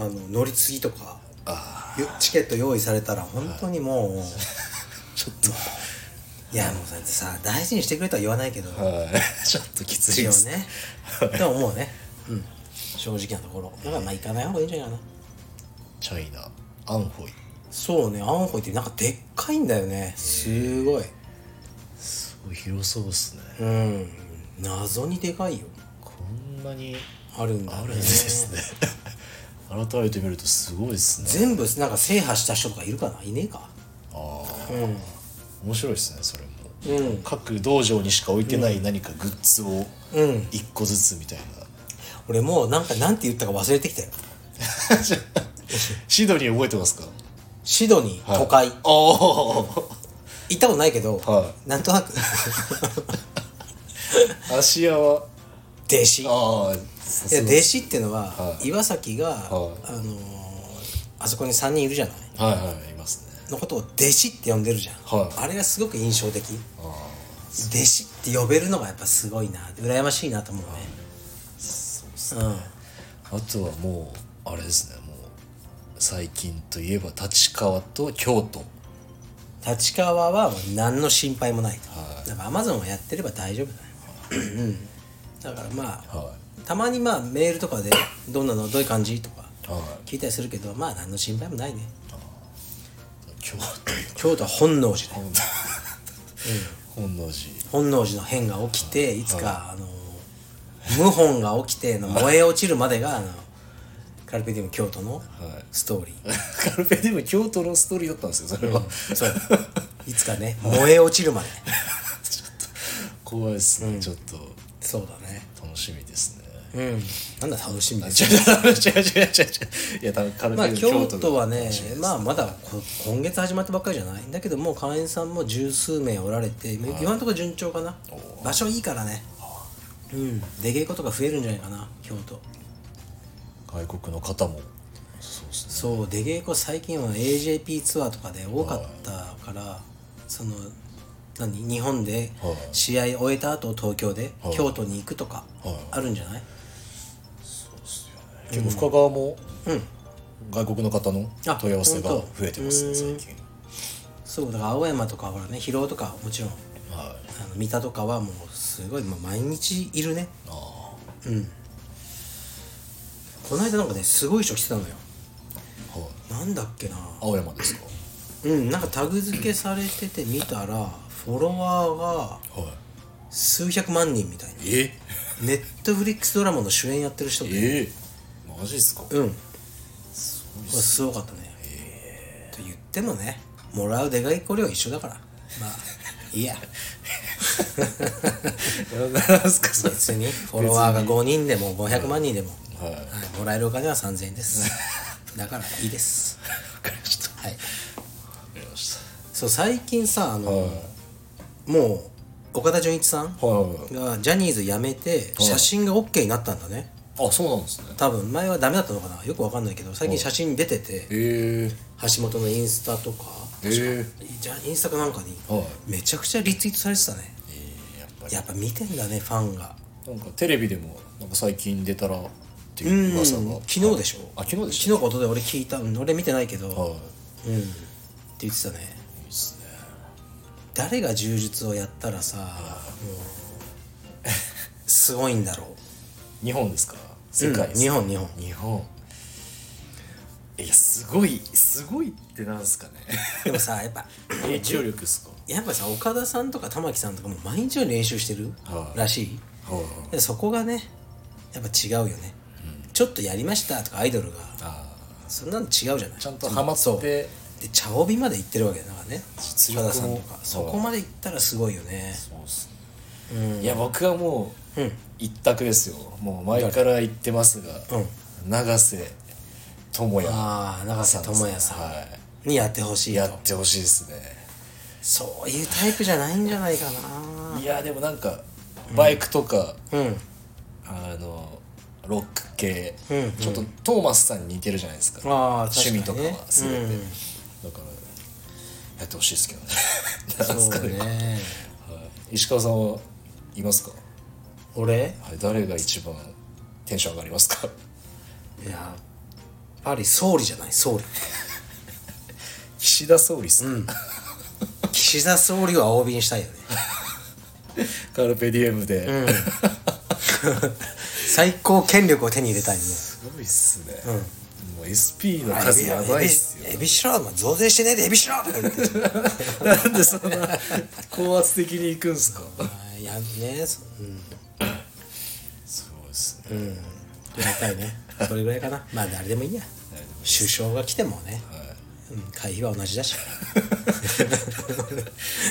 [SPEAKER 1] あの乗り継ぎとか
[SPEAKER 2] あ
[SPEAKER 1] よチケット用意されたら本当にもう、 (laughs) い、
[SPEAKER 2] ちょっと
[SPEAKER 1] やもうだってさ大事にしてくれとは言わないけど、
[SPEAKER 2] はい (laughs) ちょっときつ
[SPEAKER 1] 一
[SPEAKER 2] いで
[SPEAKER 1] 応
[SPEAKER 2] す
[SPEAKER 1] ねでももうね、うん、正直なところだからまあ行かない方がいいんじゃないかな
[SPEAKER 2] チャイナアンホイ
[SPEAKER 1] そうねアンホイってなんかでっかいんだよねすごい
[SPEAKER 2] すごい広そうですね
[SPEAKER 1] うん謎にでかいよ
[SPEAKER 2] こんなに
[SPEAKER 1] あるんだ
[SPEAKER 2] あ
[SPEAKER 1] よ
[SPEAKER 2] る
[SPEAKER 1] ね
[SPEAKER 2] んですね (laughs) 改めて見るとすごいですね
[SPEAKER 1] 全部なんか制覇した人とかいるかないねえか
[SPEAKER 2] ああ
[SPEAKER 1] うん
[SPEAKER 2] 面白いですねそれも、
[SPEAKER 1] うん
[SPEAKER 2] 各道場にしか置いてない何かグッズを
[SPEAKER 1] うん
[SPEAKER 2] 一個ずつみたいな、
[SPEAKER 1] 俺もうなんかなんて言ったか忘れてきたよ
[SPEAKER 2] シドニー覚えてますか
[SPEAKER 1] シドニー、
[SPEAKER 2] はい
[SPEAKER 1] 都会
[SPEAKER 2] おお
[SPEAKER 1] 行ったことないけど、
[SPEAKER 2] は
[SPEAKER 1] なんとな
[SPEAKER 2] (laughs)
[SPEAKER 1] く
[SPEAKER 2] 芦屋は
[SPEAKER 1] 弟子
[SPEAKER 2] ああ
[SPEAKER 1] いや
[SPEAKER 2] さ
[SPEAKER 1] 弟子っていうのは、
[SPEAKER 2] はい
[SPEAKER 1] 岩崎が、
[SPEAKER 2] はい
[SPEAKER 1] あのーあそこに3人いるじゃない
[SPEAKER 2] はいはいいますね
[SPEAKER 1] のことを弟子って呼んでるじゃん、
[SPEAKER 2] はい
[SPEAKER 1] あれがすごく印象的弟
[SPEAKER 2] ああ
[SPEAKER 1] 子って呼べるのがやっぱすごいな羨ましいなと思うね、
[SPEAKER 2] そうっす
[SPEAKER 1] うん
[SPEAKER 2] あとはもうあれですねもう最近といえば立川と京都
[SPEAKER 1] 立川はもう何の心配もないと、だからアマゾンはやってれば大丈夫だよ、うんだからまあ、
[SPEAKER 2] は
[SPEAKER 1] たまにまあメールとかで「どんなのどういう感じ?」とか
[SPEAKER 2] は
[SPEAKER 1] 聞いたりするけどまあ何の心配もないね
[SPEAKER 2] 京都
[SPEAKER 1] 京都は本能寺だよ
[SPEAKER 2] 本能寺
[SPEAKER 1] 本能寺の変が起きていつか、あの謀反が起きての燃え落ちるまでがあのカルペディウム京都の
[SPEAKER 2] はい
[SPEAKER 1] ストーリー、
[SPEAKER 2] カルペディウム京都のストーリーだったんですよそれは、
[SPEAKER 1] そういつかね (laughs) 燃え落ちるまで
[SPEAKER 2] (laughs) 怖いですね、ちょっと
[SPEAKER 1] そうだね
[SPEAKER 2] 楽しみですね
[SPEAKER 1] うんなんだ楽しみです
[SPEAKER 2] 違う違う違う違う違ういや多分カル
[SPEAKER 1] まあ
[SPEAKER 2] ペディウム
[SPEAKER 1] 京都はね
[SPEAKER 2] 楽しみです
[SPEAKER 1] まあまだこ今月始まったばっかりじゃないだけどもう会員さんも十数名おられて今のところ順調かな場所いいからねうん出稽古とか増えるんじゃないかな京都
[SPEAKER 2] 外国の方もそうですね
[SPEAKER 1] そう出稽古最近は AJP ツアーとかで多かったからその何日本で
[SPEAKER 2] はい
[SPEAKER 1] 試合終えた後東京で京都に行くとか
[SPEAKER 2] はい
[SPEAKER 1] あるんじゃない
[SPEAKER 2] 結構深川も、うん、外国の方の
[SPEAKER 1] あ
[SPEAKER 2] 問い合わせが
[SPEAKER 1] 本
[SPEAKER 2] 増
[SPEAKER 1] 当
[SPEAKER 2] えてま
[SPEAKER 1] う
[SPEAKER 2] すね
[SPEAKER 1] ん
[SPEAKER 2] 最近
[SPEAKER 1] そうだから青山とかほらね広尾とかもちろん
[SPEAKER 2] はい
[SPEAKER 1] あの三田とかはもうすごいもう毎日いるね
[SPEAKER 2] あ
[SPEAKER 1] うんこの間なんかねすごい人来てたのよ
[SPEAKER 2] あ、はい、
[SPEAKER 1] なんだっけな
[SPEAKER 2] 青山ですか
[SPEAKER 1] うんなんかタグ付けされてて見たらフォロワーが
[SPEAKER 2] は
[SPEAKER 1] 数百万人みたいない
[SPEAKER 2] え
[SPEAKER 1] ネットフリックスドラマの主演やってる人で
[SPEAKER 2] えマジですか
[SPEAKER 1] うん
[SPEAKER 2] すごいっ
[SPEAKER 1] これすごかったねと言ってもねもらう出がいこれは一緒だからまあいいや
[SPEAKER 2] すかそれ
[SPEAKER 1] 別にフォロワーが5人でも500万人でも、
[SPEAKER 2] はいわ
[SPEAKER 1] はい、もらえるお金は3000円です
[SPEAKER 2] (laughs)
[SPEAKER 1] だからいいです
[SPEAKER 2] かりましたわ
[SPEAKER 1] はい
[SPEAKER 2] かりまし
[SPEAKER 1] そう最近さあの、
[SPEAKER 2] はい
[SPEAKER 1] もう岡田准一さん
[SPEAKER 2] たはい
[SPEAKER 1] がジャニーズ辞めて写真が OK になったんだね
[SPEAKER 2] あそうなんですね
[SPEAKER 1] 多分前はダメだったのかなよくわかんないけど最近写真出てて
[SPEAKER 2] え
[SPEAKER 1] 橋本のインスタとか
[SPEAKER 2] ええ
[SPEAKER 1] じゃインスタかなんかに
[SPEAKER 2] えはい
[SPEAKER 1] めちゃくちゃリツイートされてたね
[SPEAKER 2] ええやっぱり
[SPEAKER 1] やっぱ見てんだねファンが
[SPEAKER 2] なんかテレビでもなんか最近出たらっていう噂が
[SPEAKER 1] 昨日でしょ
[SPEAKER 2] あ昨日でし
[SPEAKER 1] 昨日ことで俺聞いたうん俺見てないけど、
[SPEAKER 2] たはい
[SPEAKER 1] うんって言ってたね
[SPEAKER 2] いいですね
[SPEAKER 1] 誰が柔術をやったらさもう (laughs) すごいんだろ
[SPEAKER 2] 日本ですか
[SPEAKER 1] う
[SPEAKER 2] 世界
[SPEAKER 1] う
[SPEAKER 2] で
[SPEAKER 1] ん
[SPEAKER 2] すか
[SPEAKER 1] 日本日
[SPEAKER 2] (laughs)
[SPEAKER 1] 本
[SPEAKER 2] 日本いやすごいすごいってなんですかね
[SPEAKER 1] でもさやっぱ
[SPEAKER 2] (laughs) 影響力ですか
[SPEAKER 1] やっぱさ岡田さんとか玉木さんとかも毎日のように練習してる
[SPEAKER 2] はい
[SPEAKER 1] らしい、
[SPEAKER 2] はい
[SPEAKER 1] でそこがねやっぱ違うよね、ちょっとやりましたとかアイドルが
[SPEAKER 2] あ
[SPEAKER 1] そんなの違うじゃない
[SPEAKER 2] ちゃんとハマって
[SPEAKER 1] そうで茶帯まで行ってるわけだからね
[SPEAKER 2] 実
[SPEAKER 1] 岡
[SPEAKER 2] 力も
[SPEAKER 1] 田さんとかそこまで行ったらすごいよね
[SPEAKER 2] ーそうっす
[SPEAKER 1] う
[SPEAKER 2] ね
[SPEAKER 1] ん
[SPEAKER 2] いや僕はもう
[SPEAKER 1] うん
[SPEAKER 2] 一択ですよもう前から言ってますが永瀬智也
[SPEAKER 1] ああ永瀬智也さ
[SPEAKER 2] は
[SPEAKER 1] んにやってほし
[SPEAKER 2] い
[SPEAKER 1] い
[SPEAKER 2] や
[SPEAKER 1] と
[SPEAKER 2] ってほしいですね
[SPEAKER 1] そういうタイプじゃないんじゃないか
[SPEAKER 2] いやでもなんかバイクとか
[SPEAKER 1] なうん
[SPEAKER 2] あのロック系
[SPEAKER 1] うんうん
[SPEAKER 2] ちょっとトーマスさんに似てるじゃないですか
[SPEAKER 1] ああ
[SPEAKER 2] 趣味とかは全て
[SPEAKER 1] うん
[SPEAKER 2] だからやってほしいですけど (laughs) ねなんですか
[SPEAKER 1] そう
[SPEAKER 2] ね
[SPEAKER 1] ね
[SPEAKER 2] はい石川さんはいますか、
[SPEAKER 1] 俺
[SPEAKER 2] はい、誰が一番テンション上がります (laughs) か
[SPEAKER 1] やっぱり総理じゃない総理
[SPEAKER 2] 岸田総理っすか、
[SPEAKER 1] 岸田総理を青びにしたいよ (laughs) ね
[SPEAKER 2] カルペディエムで、
[SPEAKER 1] 最高権力を手に入れたいね
[SPEAKER 2] すごいっすね、もう SP の数やばいっすよ
[SPEAKER 1] エビエビしろ増税してねえでエビしろとか言って
[SPEAKER 2] なんでそんな高圧的にいくんすか
[SPEAKER 1] あーやんねそうん
[SPEAKER 2] (laughs) すごいっすね、はい
[SPEAKER 1] やりたいねそれぐらいかなまあ誰でもいいや首相が来てもね、うん、会費は同じ (laughs) だし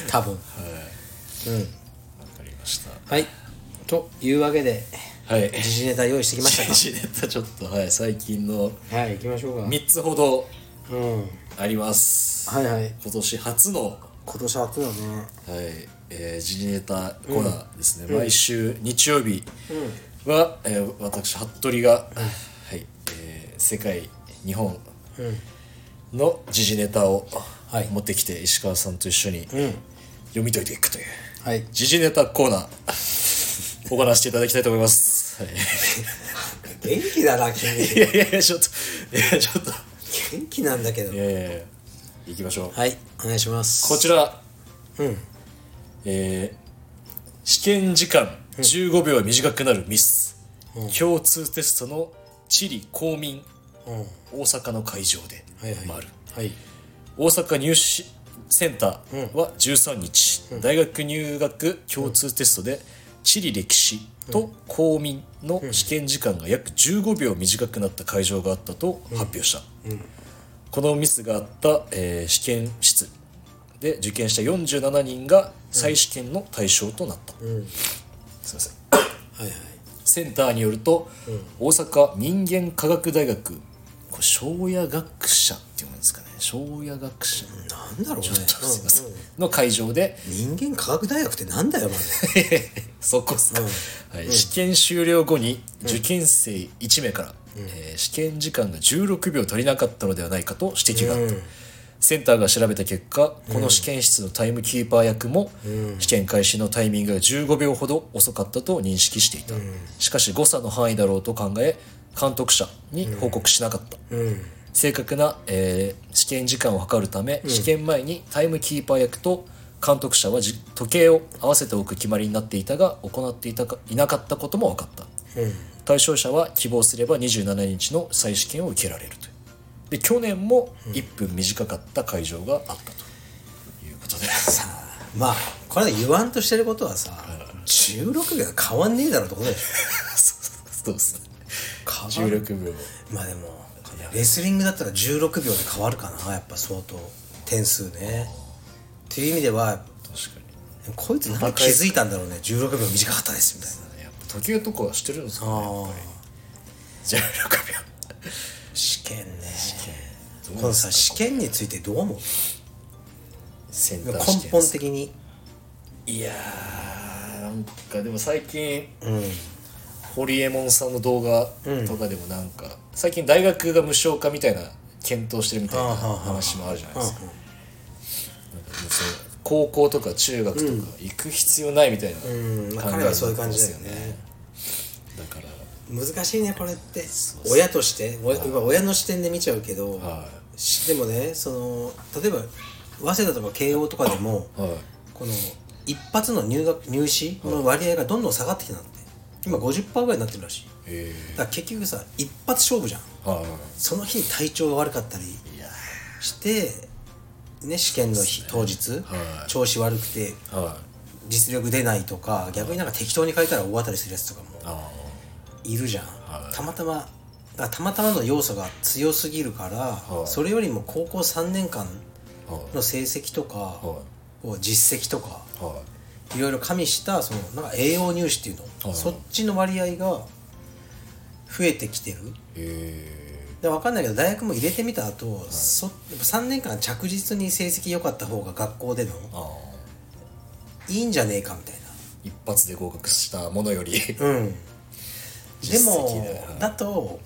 [SPEAKER 1] 多分うん
[SPEAKER 2] わかりました
[SPEAKER 1] はいというわけで
[SPEAKER 2] はい
[SPEAKER 1] 時事ネタ用意してきました
[SPEAKER 2] 時事ネタちょっとはい最近の
[SPEAKER 1] かはい行きましょうか
[SPEAKER 2] 3つほど
[SPEAKER 1] うんは
[SPEAKER 2] あります、
[SPEAKER 1] いはい
[SPEAKER 2] 今年初の
[SPEAKER 1] 今年初だね
[SPEAKER 2] はい、えー、ジネタコーナーですね、毎週日曜日は、えー私服部が、はいえー世界日本の時事ネタを
[SPEAKER 1] はい
[SPEAKER 2] 持ってきて石川さんと一緒に読み解いていくという
[SPEAKER 1] はい
[SPEAKER 2] 時事ネタコ
[SPEAKER 1] (laughs)
[SPEAKER 2] ーナーお話していただきたいと思います、はい、
[SPEAKER 1] 元気だな君
[SPEAKER 2] いやいやいやちょっといやちょっと
[SPEAKER 1] 元気なんだけど
[SPEAKER 2] いやいやいや行きましょう
[SPEAKER 1] はいお願いします
[SPEAKER 2] こちら、
[SPEAKER 1] うん
[SPEAKER 2] えー試験時間15秒短くなるミス、共通テストの地理公民
[SPEAKER 1] うん
[SPEAKER 2] 大阪の会場で
[SPEAKER 1] はいはい
[SPEAKER 2] 回る
[SPEAKER 1] はい
[SPEAKER 2] 大阪入試センターは13日、大学入学共通テストで地理歴史と公民の試験時間が約15秒短くなった会場があったと発表した、このミスがあった、えー試験室で受験した47人が再試験の対象となった、すいません
[SPEAKER 1] はいはい
[SPEAKER 2] センターによると、大阪人間科学大学これ庄屋学者っていうんですかね庄屋学者、
[SPEAKER 1] なんだろうね
[SPEAKER 2] ちょっとすいません、
[SPEAKER 1] うん
[SPEAKER 2] の会場で
[SPEAKER 1] 人間科学大学ってなんだよまず
[SPEAKER 2] (laughs) そこっすか、はい試験終了後に受験生1名から、えー試験時間が16秒足りなかったのではないかと指摘があった、センターが調べた結果この試験室のタイムキーパー役も、試験開始のタイミングが15秒ほど遅かったと認識していた、しかし誤差の範囲だろうと考え監督者に報告しなかった、正確な、えー試験時間を測るため、試験前にタイムキーパー役と監督者はじ時計を合わせておく決まりになっていたが行っていたかいなかったことも分かった、対象者は希望すれば27日の再試験を受けられるというで去年も1分短かった会場があったということです、
[SPEAKER 1] まあこれ言わんとしてることはさ16が変わんねえだろうってことでし
[SPEAKER 2] そうですね
[SPEAKER 1] (laughs) ょ変わる
[SPEAKER 2] 16秒
[SPEAKER 1] まあでもレスリングだったら16秒で変わるかなやっぱ相当点数ねっていう意味では
[SPEAKER 2] 確かに
[SPEAKER 1] こいつなんか気づいたんだろうね16秒短かったですみたいな
[SPEAKER 2] やっぱ時計とかはしてるんですかねやっぱり16
[SPEAKER 1] 試験ねこのさ試験についてどう思う
[SPEAKER 2] 秒センタ
[SPEAKER 1] 根
[SPEAKER 2] ー試験
[SPEAKER 1] 本的に
[SPEAKER 2] いやーなんかでも最近、ホリエモンさんの動画とかでもなんか、最近大学が無償化みたいな検討してるみたい
[SPEAKER 1] あ
[SPEAKER 2] な
[SPEAKER 1] ーはーはーはー
[SPEAKER 2] 話もあるじゃないですかなんかもうそう高校とか中学とか行く必要ないみたいな考
[SPEAKER 1] うん、
[SPEAKER 2] え
[SPEAKER 1] まあ、彼はそういう感じだよ
[SPEAKER 2] になって
[SPEAKER 1] ね
[SPEAKER 2] ますよねだから
[SPEAKER 1] 難しいねこれって親として親親の視点で見ちゃうけど、
[SPEAKER 2] は
[SPEAKER 1] しでもねその例えば早稲田とか慶応とかでも、
[SPEAKER 2] はい
[SPEAKER 1] この一発の入学入試の割合がどんどん下がってきたんだって今50%ぐらいになってるらしい
[SPEAKER 2] え
[SPEAKER 1] だから結局さ一発勝負じゃん
[SPEAKER 2] ー、はい
[SPEAKER 1] その日に体調が悪かったり
[SPEAKER 2] いや
[SPEAKER 1] して、ね、試験の日、当日、
[SPEAKER 2] はい
[SPEAKER 1] 調子悪くて
[SPEAKER 2] ーはい
[SPEAKER 1] 実力出ないとか逆になんか適当に書いたら大当たりするやつとかも
[SPEAKER 2] あ
[SPEAKER 1] いるじゃん、たまたまだからたまたまの要素が強すぎるから、
[SPEAKER 2] い
[SPEAKER 1] それよりも高校3年間
[SPEAKER 2] ーはい
[SPEAKER 1] の成績とか、を実績とか
[SPEAKER 2] はい
[SPEAKER 1] ろいろ加味したそのなんか栄養入試っていうの、
[SPEAKER 2] はい
[SPEAKER 1] そっちの割合が増えてきてる
[SPEAKER 2] いえ
[SPEAKER 1] で分かんないけど大学も入れてみた後、そやっぱ3年間着実に成績良かった方が学校での
[SPEAKER 2] ー、ああ
[SPEAKER 1] いいんじゃねえかみたい
[SPEAKER 2] 一発で合格したものより
[SPEAKER 1] なうんで
[SPEAKER 2] 実績
[SPEAKER 1] も
[SPEAKER 2] ではい
[SPEAKER 1] だと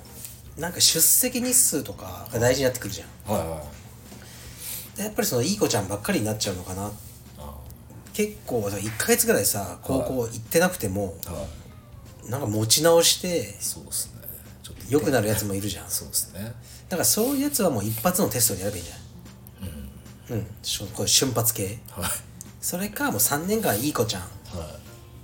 [SPEAKER 1] (clears throat) なんか出席日数とかが大事になってくるじゃん
[SPEAKER 2] はいはい
[SPEAKER 1] でやっぱりそのいい子ちゃんばっかりになっちゃうのかな結構1ヶ月ぐらいさ高校行ってなくても、
[SPEAKER 2] はい
[SPEAKER 1] なんか持ち直して
[SPEAKER 2] そうですねちょっと
[SPEAKER 1] 良くなるやつもいるじゃん
[SPEAKER 2] そうですね
[SPEAKER 1] だからそういうやつはもう一発のテストでやればいいんじゃないうん、しょこう瞬発系
[SPEAKER 2] はい
[SPEAKER 1] それかもう3年間いい子ちゃ
[SPEAKER 2] は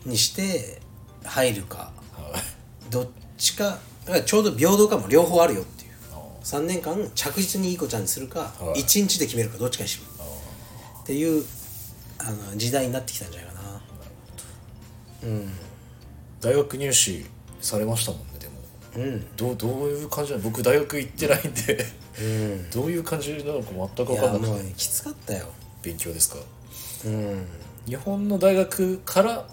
[SPEAKER 1] んにして入るか
[SPEAKER 2] いはい
[SPEAKER 1] どっちかだからちょうど平等かも両方あるよっていう
[SPEAKER 2] あ
[SPEAKER 1] 3年間着実にいい子ちゃんにするか、
[SPEAKER 2] はい
[SPEAKER 1] 一1日で決めるかどっちかにしろっていうあの時代になってきたんじゃないかな
[SPEAKER 2] 大学入試されましたもんねでも、うん、どうどういう感じなの僕大学行ってないんで、 (laughs) どういう感じなのか全く分
[SPEAKER 1] い
[SPEAKER 2] か
[SPEAKER 1] や
[SPEAKER 2] んなく
[SPEAKER 1] もう
[SPEAKER 2] て
[SPEAKER 1] ねきつかったよ
[SPEAKER 2] 勉強ですか
[SPEAKER 1] うん
[SPEAKER 2] 日本の大学から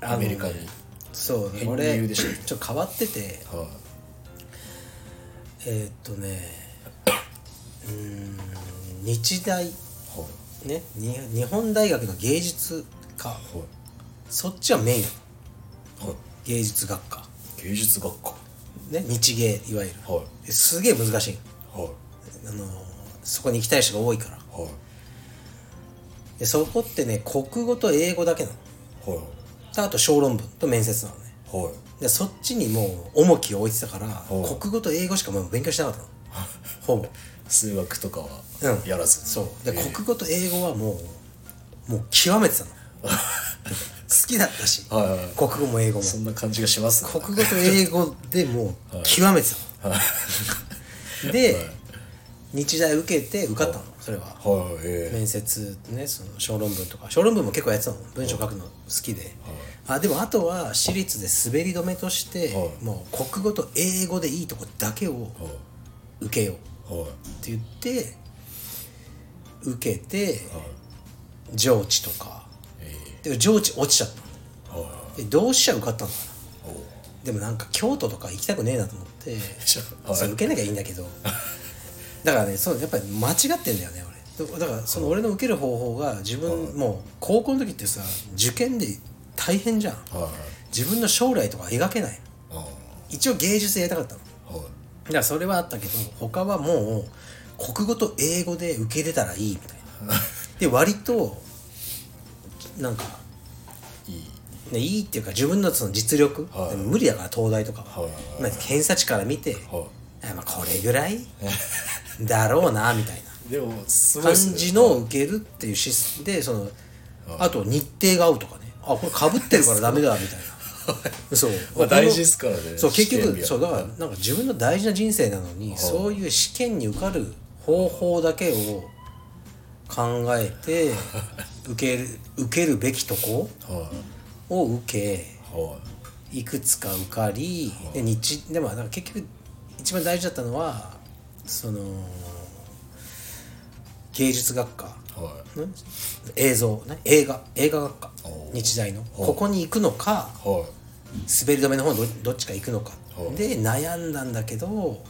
[SPEAKER 2] アメリカに、
[SPEAKER 1] そう
[SPEAKER 2] 編
[SPEAKER 1] 俺
[SPEAKER 2] 入でし
[SPEAKER 1] ちょっと変わってて
[SPEAKER 2] はい
[SPEAKER 1] えーっとねうーん日大
[SPEAKER 2] はい
[SPEAKER 1] ねに日本大学の芸術科
[SPEAKER 2] はい
[SPEAKER 1] そっちはメイン
[SPEAKER 2] はい
[SPEAKER 1] 芸術学科
[SPEAKER 2] 芸術学科
[SPEAKER 1] ね日芸いわゆる
[SPEAKER 2] はい
[SPEAKER 1] ですげえ難しい
[SPEAKER 2] はい
[SPEAKER 1] あのーそこに行きたい人が多いから
[SPEAKER 2] はい
[SPEAKER 1] でそこってね国語と英語だけなの
[SPEAKER 2] はい
[SPEAKER 1] とあと小論文と面接なのね
[SPEAKER 2] はい
[SPEAKER 1] でそっちにもう重きを置いてたから
[SPEAKER 2] ほう
[SPEAKER 1] 国語と英語しかもう勉強してな
[SPEAKER 2] (laughs)
[SPEAKER 1] かったのほぼ
[SPEAKER 2] 数学とかは
[SPEAKER 1] うん
[SPEAKER 2] やらず、
[SPEAKER 1] そうで
[SPEAKER 2] えー
[SPEAKER 1] 国語と英語はもうもう極めてた
[SPEAKER 2] (laughs)
[SPEAKER 1] の好きだったし
[SPEAKER 2] はいはいはい
[SPEAKER 1] 国語も英語も
[SPEAKER 2] そんな感じがしますね
[SPEAKER 1] 国語と英語でもう極めてたの、
[SPEAKER 2] (laughs)
[SPEAKER 1] で、日大受けて受かったのそれは
[SPEAKER 2] はいはいえー
[SPEAKER 1] 面接ねその小論文とか小論文も結構やってたの文章書くの好きで、あでもあとは私立で滑り止めとして、
[SPEAKER 2] はい
[SPEAKER 1] もう国語と英語でいいとこだけを
[SPEAKER 2] は
[SPEAKER 1] 受けよう
[SPEAKER 2] いは
[SPEAKER 1] っ
[SPEAKER 2] い
[SPEAKER 1] て言って受けて上智とかで上智落ちちゃったので同志社受かったのかなでもなんか京都とか行きたくねえなと思って
[SPEAKER 2] じゃあはい
[SPEAKER 1] そう受けなきゃいいんだけどだからねそうやっぱり間違ってんだよね俺だだからその俺の受ける方法が自分もう高校の時ってさ受験で大変じゃん
[SPEAKER 2] はい
[SPEAKER 1] 自分の将来とか描けない
[SPEAKER 2] あーは
[SPEAKER 1] 一応芸術でやりたかったの
[SPEAKER 2] い
[SPEAKER 1] だからそれはあったけど他はもう国語と英語で受け入れたらいいみたい
[SPEAKER 2] (laughs)
[SPEAKER 1] なで割となんか、
[SPEAKER 2] いい
[SPEAKER 1] ね、いいっていうか自分のその実力、
[SPEAKER 2] はい
[SPEAKER 1] でも無理だから東大とかは、
[SPEAKER 2] はいはいはい
[SPEAKER 1] まあ、偏差値から見て、
[SPEAKER 2] はい
[SPEAKER 1] あまあこれぐら
[SPEAKER 2] (laughs)
[SPEAKER 1] いだろうなみたい
[SPEAKER 2] でもす
[SPEAKER 1] な
[SPEAKER 2] ごい
[SPEAKER 1] 感
[SPEAKER 2] ですね
[SPEAKER 1] じの受けるっていうシスでそのあと日程が合うとかねあこれかぶってるからダメだみたい
[SPEAKER 2] (laughs)
[SPEAKER 1] なそう、
[SPEAKER 2] まあ大事ですからね
[SPEAKER 1] そう
[SPEAKER 2] 試
[SPEAKER 1] 結
[SPEAKER 2] 験日
[SPEAKER 1] 局
[SPEAKER 2] は
[SPEAKER 1] そうだからなんか自分の大事な人生なのにそういう試験に受かる方法だけを考えて受ける受けるべきとこ
[SPEAKER 2] はい
[SPEAKER 1] を受け
[SPEAKER 2] はい
[SPEAKER 1] くつか受かりで日でもなんか結局一番大事だったのはその芸術学科
[SPEAKER 2] いは
[SPEAKER 1] ん映像、ね、映画映画学科日大のここに行くのか
[SPEAKER 2] いはい
[SPEAKER 1] 滑り止めの方にどどっちか行くのか
[SPEAKER 2] はい
[SPEAKER 1] で悩んだんだけど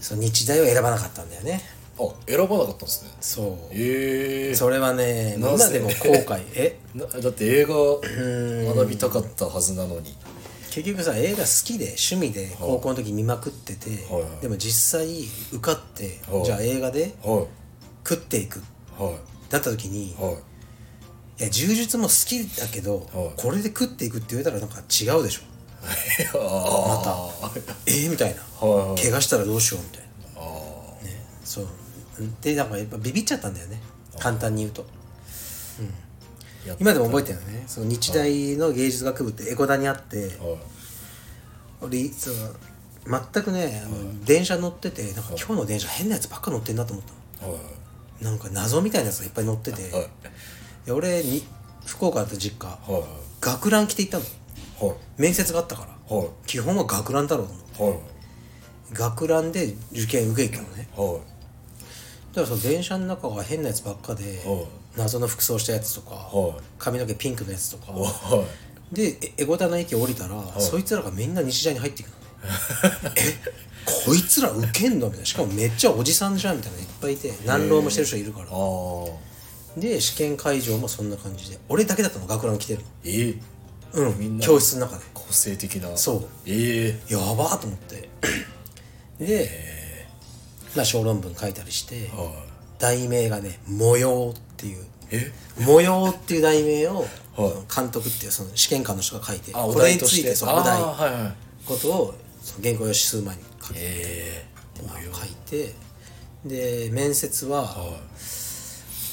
[SPEAKER 1] その日大を選ばなかったんだよね
[SPEAKER 2] あ選ばなかったんですね
[SPEAKER 1] そう
[SPEAKER 2] ええ
[SPEAKER 1] それはね
[SPEAKER 2] な
[SPEAKER 1] 今
[SPEAKER 2] ぜ
[SPEAKER 1] でも後悔え
[SPEAKER 2] なだって映画学びたかったはずなのに
[SPEAKER 1] 結局さ映画好きで趣味で高校の時見まくってて、
[SPEAKER 2] はいはい
[SPEAKER 1] でも実際受かって、
[SPEAKER 2] はい
[SPEAKER 1] じゃあ映画で
[SPEAKER 2] は
[SPEAKER 1] 食っていく
[SPEAKER 2] いはい
[SPEAKER 1] だった時に、い、
[SPEAKER 2] はい
[SPEAKER 1] や柔術も好きだけど、
[SPEAKER 2] はい
[SPEAKER 1] これで食っていくって言えたらなんか違うでしょ
[SPEAKER 2] あ
[SPEAKER 1] またえー、みたいな、
[SPEAKER 2] はいはい
[SPEAKER 1] 怪我したらどうしようみたいなね、そうでなんかやっぱビビっちゃったんだよね簡単に言うと、
[SPEAKER 2] ーやっ
[SPEAKER 1] 今でも覚えてるのねその日大の芸術学部って江古田にあって、
[SPEAKER 2] はい
[SPEAKER 1] 俺その全くね、あの電車乗っててなんか今日の電車変なやつばっか乗ってんなと思った
[SPEAKER 2] はい
[SPEAKER 1] のなんか謎みたいなやつがいっぱい乗ってて、
[SPEAKER 2] はい
[SPEAKER 1] で俺に福岡だった実家
[SPEAKER 2] はい
[SPEAKER 1] 学ラン着て行ったの
[SPEAKER 2] はい
[SPEAKER 1] 面接があったから
[SPEAKER 2] はい
[SPEAKER 1] 基本は学ランだろうと思って
[SPEAKER 2] はい
[SPEAKER 1] 学ランで受験受け行ったのね
[SPEAKER 2] はい
[SPEAKER 1] だからその電車の中が変なやつばっかで、
[SPEAKER 2] はい
[SPEAKER 1] 謎の服装したやつとか、
[SPEAKER 2] はい
[SPEAKER 1] 髪の毛ピンクのやつとか、
[SPEAKER 2] はい
[SPEAKER 1] でえ江古田の駅降りたら、そいつらがみんな日大に入っていくの
[SPEAKER 2] (laughs)
[SPEAKER 1] ねえこいつらウケんのみたいなしかもめっちゃおじさんじゃんみたいなのいっぱいいて難浪もしてる人いるから
[SPEAKER 2] ああ
[SPEAKER 1] で試験会場もそんな感じで俺だけだったの学ラン着てる
[SPEAKER 2] ええ
[SPEAKER 1] のう
[SPEAKER 2] みん
[SPEAKER 1] ん
[SPEAKER 2] な
[SPEAKER 1] 教室の中で
[SPEAKER 2] 個性的な
[SPEAKER 1] そう
[SPEAKER 2] ええ
[SPEAKER 1] やばーと思ってで、まあ、小論文書いたりして
[SPEAKER 2] は
[SPEAKER 1] 題名がね「模様」っていう
[SPEAKER 2] いえ
[SPEAKER 1] 「模様」っていう題名を
[SPEAKER 2] は
[SPEAKER 1] 監督っていうその試験官の人が書いて
[SPEAKER 2] あ
[SPEAKER 1] これについてそう
[SPEAKER 2] あ
[SPEAKER 1] お
[SPEAKER 2] あ
[SPEAKER 1] 題
[SPEAKER 2] はいはい
[SPEAKER 1] ことをその原稿用紙数枚に書いて、
[SPEAKER 2] え
[SPEAKER 1] まあ書いてで面接は、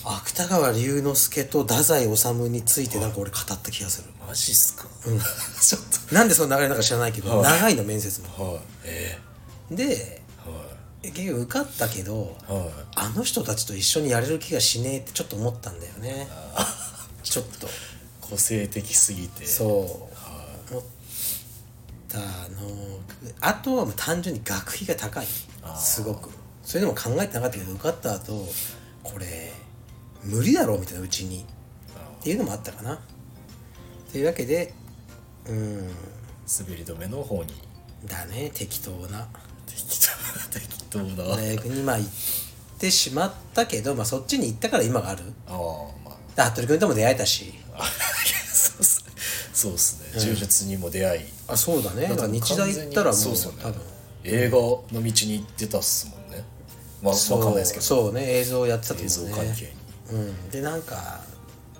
[SPEAKER 1] 芥川龍之介と太宰治についてなんか俺語った気がする、
[SPEAKER 2] えマジっすかちょっ
[SPEAKER 1] なんでその流れなんか知らないけど、長いの面接も
[SPEAKER 2] とはいえ
[SPEAKER 1] で
[SPEAKER 2] えは
[SPEAKER 1] 結局受かったけど
[SPEAKER 2] いはい
[SPEAKER 1] あの人たちと一緒にやれる気がしねえってちょっと思ったんだよね (laughs) ちょっと
[SPEAKER 2] 個性的すぎて
[SPEAKER 1] そう思ったのあとはもう単純に学費が高いすごくそれでも考えてなかったけど受かった後これ無理だろうみたいなうちにっていうのもあったかなというわけでうん
[SPEAKER 2] 滑り止めの方に
[SPEAKER 1] だね適当な
[SPEAKER 2] 適当 (laughs) 適当な、
[SPEAKER 1] 大学にまあ行ってしまったけど、まあ、そっちに行ったから今がある
[SPEAKER 2] ああま
[SPEAKER 1] で服部君とも出会えたし
[SPEAKER 2] あそうっすそうっすね柔術にも出会い、
[SPEAKER 1] あそうだねだから日大行ったらもう
[SPEAKER 2] そうっすよね
[SPEAKER 1] 多分
[SPEAKER 2] 映画の道に行ってたっすもんねまあ分かんないですけど
[SPEAKER 1] そうね映像やってたと
[SPEAKER 2] 映像
[SPEAKER 1] 思う
[SPEAKER 2] 関
[SPEAKER 1] ね
[SPEAKER 2] 係に
[SPEAKER 1] うん、でなんか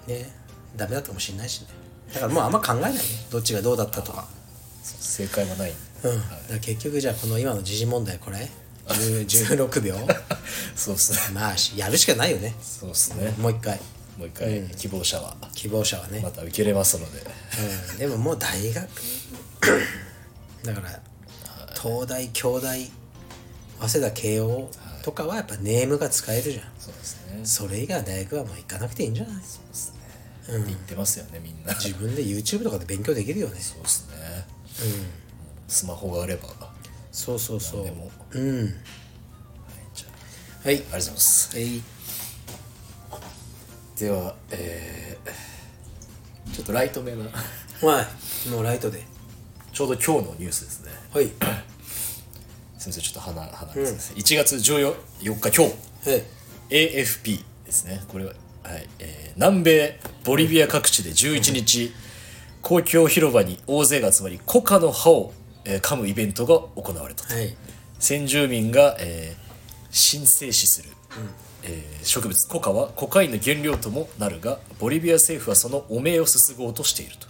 [SPEAKER 1] ねダメだったかもしれないしねだからもうあんま考え
[SPEAKER 2] (laughs)
[SPEAKER 1] ないねどっちがどうだったとか
[SPEAKER 2] そう正解は
[SPEAKER 1] (laughs)
[SPEAKER 2] ない
[SPEAKER 1] うん、だから結局じゃあこの今の時事問題これ10
[SPEAKER 2] (laughs)
[SPEAKER 1] 16秒
[SPEAKER 2] そうっすね
[SPEAKER 1] まあしやるしかないよね
[SPEAKER 2] そうっすね
[SPEAKER 1] もう一回
[SPEAKER 2] もう一回希望者は
[SPEAKER 1] 希望者はね、
[SPEAKER 2] また受けれますので
[SPEAKER 1] うん、でももう大 (laughs) 学だから東大京大早稲田慶応とかはやっぱネームが使えるじゃん
[SPEAKER 2] そうですね
[SPEAKER 1] それ以外は大学はもう行かなくていいんじゃない
[SPEAKER 2] って言ってますよねみんな
[SPEAKER 1] 自分で YouTube とかで勉強できるよね
[SPEAKER 2] そうですね、スマホがあれば
[SPEAKER 1] そうそうそう
[SPEAKER 2] でも
[SPEAKER 1] うん
[SPEAKER 2] じゃあ
[SPEAKER 1] はい
[SPEAKER 2] ありがとうございます
[SPEAKER 1] はい
[SPEAKER 2] ではえー、ちょっとライトめな
[SPEAKER 1] まあもうライトで
[SPEAKER 2] (laughs) ちょうど今日のニュースですね
[SPEAKER 1] はいは
[SPEAKER 2] すみませんちょっと鼻鼻ですね、1月14日今日
[SPEAKER 1] い
[SPEAKER 2] AFP ですねこれは、はいえー南米ボリビア各地で11日公共広場に大勢が集まりコカの葉を、えー噛むイベントが行われたと
[SPEAKER 1] はい
[SPEAKER 2] 先住民が、えー神聖視する、えー植物コカはコカインの原料ともなるがボリビア政府はその汚名をすすごうとしていると、